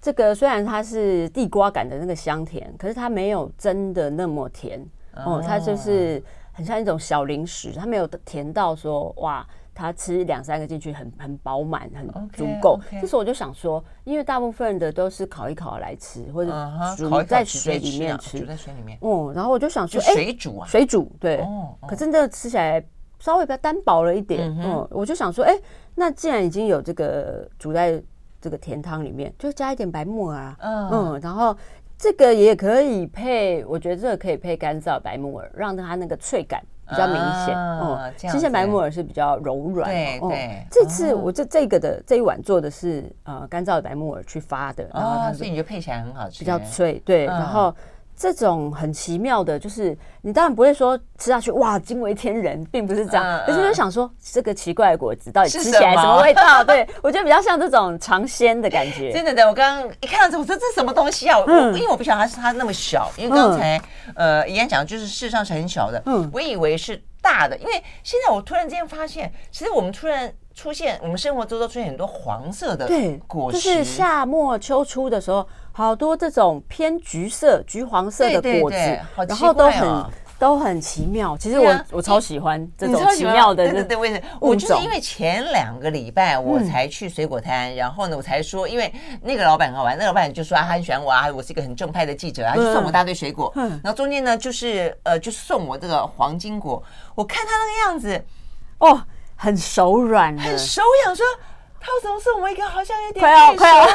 S2: 这个虽然它是地瓜感的那个香甜，可是它没有真的那么甜
S1: 啊
S2: 哦、它就是很像一种小零食，它没有甜到说哇。它吃两三个进去很很饱满，很
S1: OK，
S2: 足够。
S1: OK
S2: 这时候我就想说，因为大部分的都是烤一烤来吃，或者
S1: 嗯哼，
S2: 煮
S1: 烤一烤
S2: 在
S1: 直接
S2: 水里面
S1: 啊
S2: 吃
S1: 煮。在水里面，
S2: 哦、然后我就想
S1: 就
S2: 说，哎、
S1: 水煮啊，
S2: 水煮对，
S1: 哦哦
S2: 可真的吃起来稍微比较单薄了一点。
S1: 嗯
S2: 嗯
S1: 哼
S2: 我就想说，哎、那既然已经有这个煮在这个甜汤里面，就加一点白木耳啊，
S1: 嗯
S2: 嗯然后这个也可以配，我觉得这个可以配干燥白木耳，让它那个脆感。比较明显，
S1: 啊
S2: 嗯，
S1: 这样
S2: 新鲜白
S1: 子
S2: 木耳是比较柔软
S1: 对
S2: 的，哦
S1: 对嗯
S2: 这次我这这个的这一碗做的是呃干燥的白木耳去发的，然后它
S1: 哦，
S2: 是
S1: 所以你就配起来很好吃，
S2: 比较脆，对。
S1: 嗯
S2: 然后这种很奇妙的，就是你当然不会说吃下去哇惊为天人，并不是这
S1: 嗯
S2: 样，可是就
S1: 嗯
S2: 想说这个奇怪的果子到底
S1: 是
S2: 吃起
S1: 什
S2: 来什么
S1: 么
S2: 味道？对我觉得比较像这种尝鲜的感 觉
S1: 真。的的，我刚刚一看到这，我说这什么东西啊？我、
S2: 嗯
S1: 因为我不晓得它是它那么小，因为刚才、呃怡安讲的就是事实上是很小的，
S2: 嗯
S1: 我以为是大的，因为现在我突然之间发现，其实我们突然出现，我们生活周遭出现很多黄色的
S2: 对，
S1: 果
S2: 就
S1: 实，
S2: 是夏末秋初的时候，好多这种偏橘色、橘黄色的
S1: 对对
S2: 果子
S1: 对，好
S2: 然
S1: 奇
S2: 后都
S1: 怪
S2: 很
S1: 哦
S2: 都很奇妙。其实
S1: 对
S2: 我
S1: 啊
S2: 我
S1: 你
S2: 超喜欢这
S1: 你
S2: 种
S1: 超喜
S2: 奇
S1: 欢
S2: 妙的
S1: 对
S2: 这
S1: 对对，为什么？我
S2: 物
S1: 就是
S2: 种嗯
S1: 因为前两个礼拜我才去水果摊，然后呢，我才说，因为那个老板很好玩，那个老板就说啊他很喜欢我啊，我是一个很正派的记者啊，他
S2: 嗯
S1: 就送我一大堆水果，然后中间呢就是呃就是送我这个黄金果，我看他那个样子
S2: 哦，很手软的，
S1: 很熟，我想说。他为什么送我一个好像有点
S2: 嗯快要
S1: 被
S2: 快要
S1: 手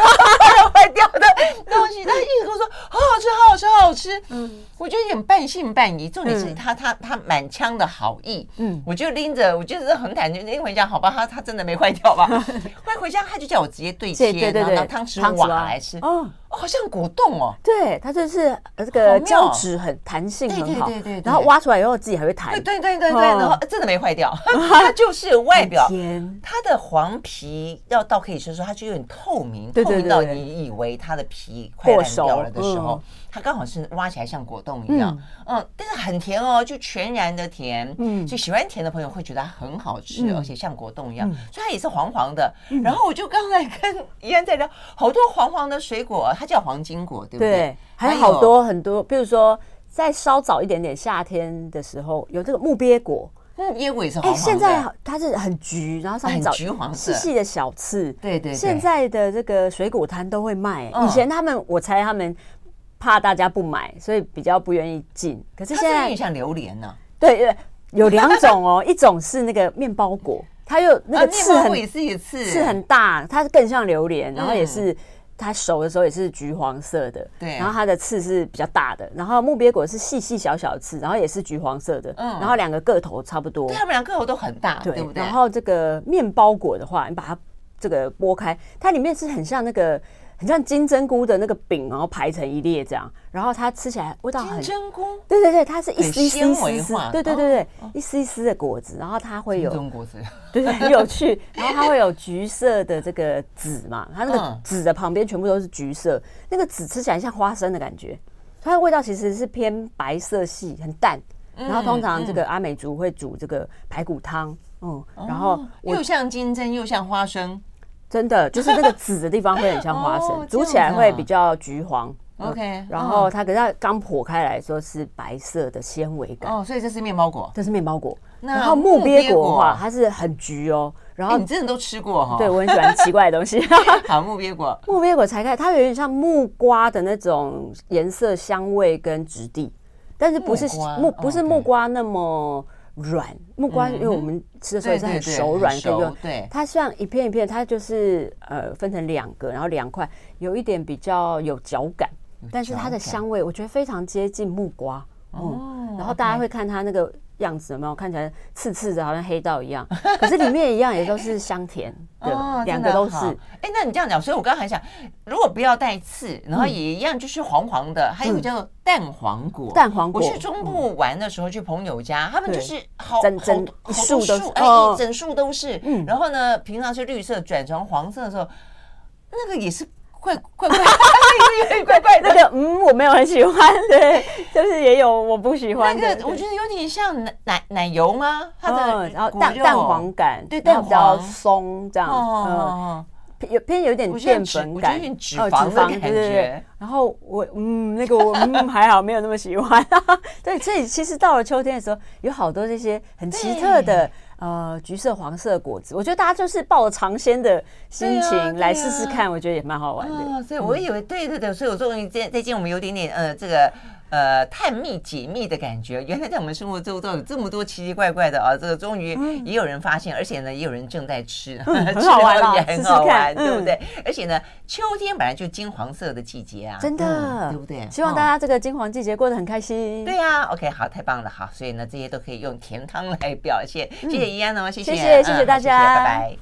S1: 坏掉的 东西？他一直跟我说好好吃，好好吃，好好吃。嗯，我就有点半信半疑。重点是
S2: 嗯
S1: 他他他满腔的好意，
S2: 嗯
S1: 我就拎着，我就是很忐忑拎回家，好吧，他他真的没坏掉 吧？后来回家他就叫我直接对切，
S2: 对对对
S1: 然后拿
S2: 对，
S1: 汤匙瓦来吃，哦，
S2: 哦。
S1: 好像果冻哦，
S2: 对，它就是呃这
S1: 好
S2: 个
S1: 妙
S2: 胶质很弹性很好，
S1: 对对对对对
S2: 然后挖出来以后自己还会弹
S1: 对，对对对对，
S2: 哦
S1: 然后呃真的没坏 掉，它就是外表
S2: 甜，
S1: 它的黄皮要到可以说说它就有点透明，
S2: 对
S1: 透
S2: 对
S1: 明到
S2: 对嗯
S1: 你以为它的皮快烂掉了的时候，它刚好是挖起来像果冻一样，嗯，但是很甜哦，就全然的甜，嗯，
S2: 嗯
S1: 就喜欢甜的朋友会觉得它很好吃，而且像果冻一样，
S2: 嗯
S1: 所以它也是黄黄的。然后我就刚才跟怡安在聊，好多黄黄的水果，它叫黄金果，对不对
S2: 对？，还有好多很多，比如说在稍早一点点夏天的时候，有这个木鳖果，
S1: 木嗯椰果也是
S2: 哎，
S1: 黄黄
S2: 现
S1: 的，
S2: 在它是很橘，然后上面
S1: 很
S2: 找
S1: 橘黄色
S2: 细细的小刺，
S1: 对对对
S2: 现在的这个水果摊都会卖，
S1: 嗯
S2: 以前他们我猜他们。怕大家不买，所以比较不愿意进。可是
S1: 它
S2: 现
S1: 是不是有
S2: 在
S1: 点像榴莲呢，
S2: 对对，有两种哦， 一种是那个面包果，它又那
S1: 啊，
S2: 个
S1: 面
S2: 刺
S1: 包
S2: 很
S1: 果也是一次，
S2: 是很大，它更像榴莲，然后也是。它熟的时候也是橘黄色的，
S1: 嗯对
S2: 然后它的刺是比较大的，然后木鳖果是细细小小的刺，然后也是橘黄色的，
S1: 嗯
S2: 然后两个个头差不多
S1: 对，，他们两个头都很大，对不对？
S2: 然后这个面包果的话，你把它这个剥开，它里面是很像那个很像金针菇的那个饼，然后排成一列这样，然后它吃起来味道
S1: 金
S2: 啊很
S1: 针菇
S2: 对对对，它是一丝一丝
S1: 很
S2: 一
S1: 纤维
S2: 丝丝
S1: 化，哦
S2: 对对对对，一丝一丝的果子，然后它会有
S1: 中国是
S2: 对，很有趣。然后它会有橘色的这个籽嘛，它那
S1: 嗯
S2: 个籽的旁边全部都是橘色，那个籽吃起来像花生的感觉，它的味道其实是偏白色系，很淡。
S1: 嗯
S2: 然后通常这个阿美族会煮这个排骨汤，嗯，
S1: 哦
S2: 然后我
S1: 又像金针又像花生。
S2: 真的就是那个籽的地方会很像花
S1: 哦
S2: 生，
S1: 这样
S2: 煮起来
S1: 子啊
S2: 会比较橘黄。嗯
S1: OK，
S2: 然后
S1: 嗯
S2: 它可是它刚剖开来的时候是白色的纤维感，
S1: 哦，所以这是面包果，
S2: 这是面包果。
S1: 哦那
S2: 然后木鳖果的
S1: 木鳖果
S2: 话，它是很橘哦，然
S1: 哎
S2: 后
S1: 你真的都吃过哈？
S2: 对我很喜欢奇怪的东西。
S1: 好木鳖 果，
S2: 木鳖果才开，它有点像木瓜的那种颜色、香味跟质地，但是不是
S1: 木瓜
S2: 木不是
S1: 哦
S2: 木
S1: 对
S2: 瓜那么软。木瓜
S1: 嗯
S2: 因为我们吃的时候也是
S1: 对对
S2: 很
S1: 对
S2: 手
S1: 很
S2: 软跟
S1: 熟
S2: 用，
S1: 对
S2: 它像一片一片，它就是呃分成两个，然后两块，有一点比较有脚感，但是它的
S1: 脚感
S2: 香味我觉得非常接近木瓜。
S1: 哦
S2: 嗯，然后大家会看它那个样子有没有看起来刺刺的，好像黑道一样，可是里面一样也都是 香甜
S1: 哦
S2: 的，两
S1: 真
S2: 个
S1: 的
S2: 都
S1: 好
S2: 是。
S1: 哎，那你这样讲，所以我刚刚还想，如果不要带刺，
S2: 嗯
S1: 然后也一样就是黄黄的，还有一个叫做蛋黄果。
S2: 蛋黄果哎
S1: 我去中部玩的时候，去朋友家，他们就是好
S2: 整
S1: 好好
S2: 整
S1: 多
S2: 一束都是
S1: 哎，
S2: 哦
S1: 一整束都是。
S2: 嗯
S1: 然后呢，平常是绿色，转成黄色的时候，那个也是 怪怪怪，有点怪怪的
S2: 那。个嗯，我没有很喜欢，对，就是也有我不喜欢的。
S1: 那个我觉得有点像奶奶奶油吗？它的
S2: 嗯，然后
S1: 骨
S2: 蛋
S1: 肉
S2: 蛋黄感，
S1: 对
S2: 然后
S1: 蛋
S2: 比较
S1: 黄
S2: 松这样，
S1: 哦哦
S2: 嗯，
S1: 哦，
S2: 偏有偏有点
S1: 我觉得
S2: 淀
S1: 脂
S2: 粉
S1: 我觉
S2: 感，
S1: 得有点脂
S2: 哦
S1: 肪的感
S2: 对对
S1: 觉
S2: 对。然后我嗯，那个我嗯 还好，没有那么喜欢。 对，所以其实到了秋天的时候，有好多这些很奇特的。呃，橘色、黄色果子，我觉得大家就是抱着尝鲜的心
S1: 对啊
S2: 情来
S1: 对
S2: 试试
S1: 啊
S2: 看，我觉得也蛮好玩的。
S1: 哦，所以我以为对对对，所以我终于见再见我们有点点呃这个。呃，探秘解密的感觉，原来在我们生活周遭有这么多奇奇怪怪的啊！这个终于也有人发现，而且呢，也有人正在吃，吃
S2: 很好玩
S1: 了
S2: 啊
S1: 也
S2: 试
S1: 很
S2: 试
S1: 好
S2: 看
S1: 玩，对不
S2: 嗯
S1: 对？而且呢，秋天本来就金黄色的季节啊，
S2: 真的，
S1: 嗯对不对？
S2: 希望
S1: 哦
S2: 大家这个金黄季节过得很开心。
S1: 对呀、o k 好，太棒了，好，所以呢，这些都可以用甜汤来表现。谢谢怡安哦，谢谢，
S2: 嗯谢谢谢谢
S1: 好
S2: 大家
S1: 拜拜。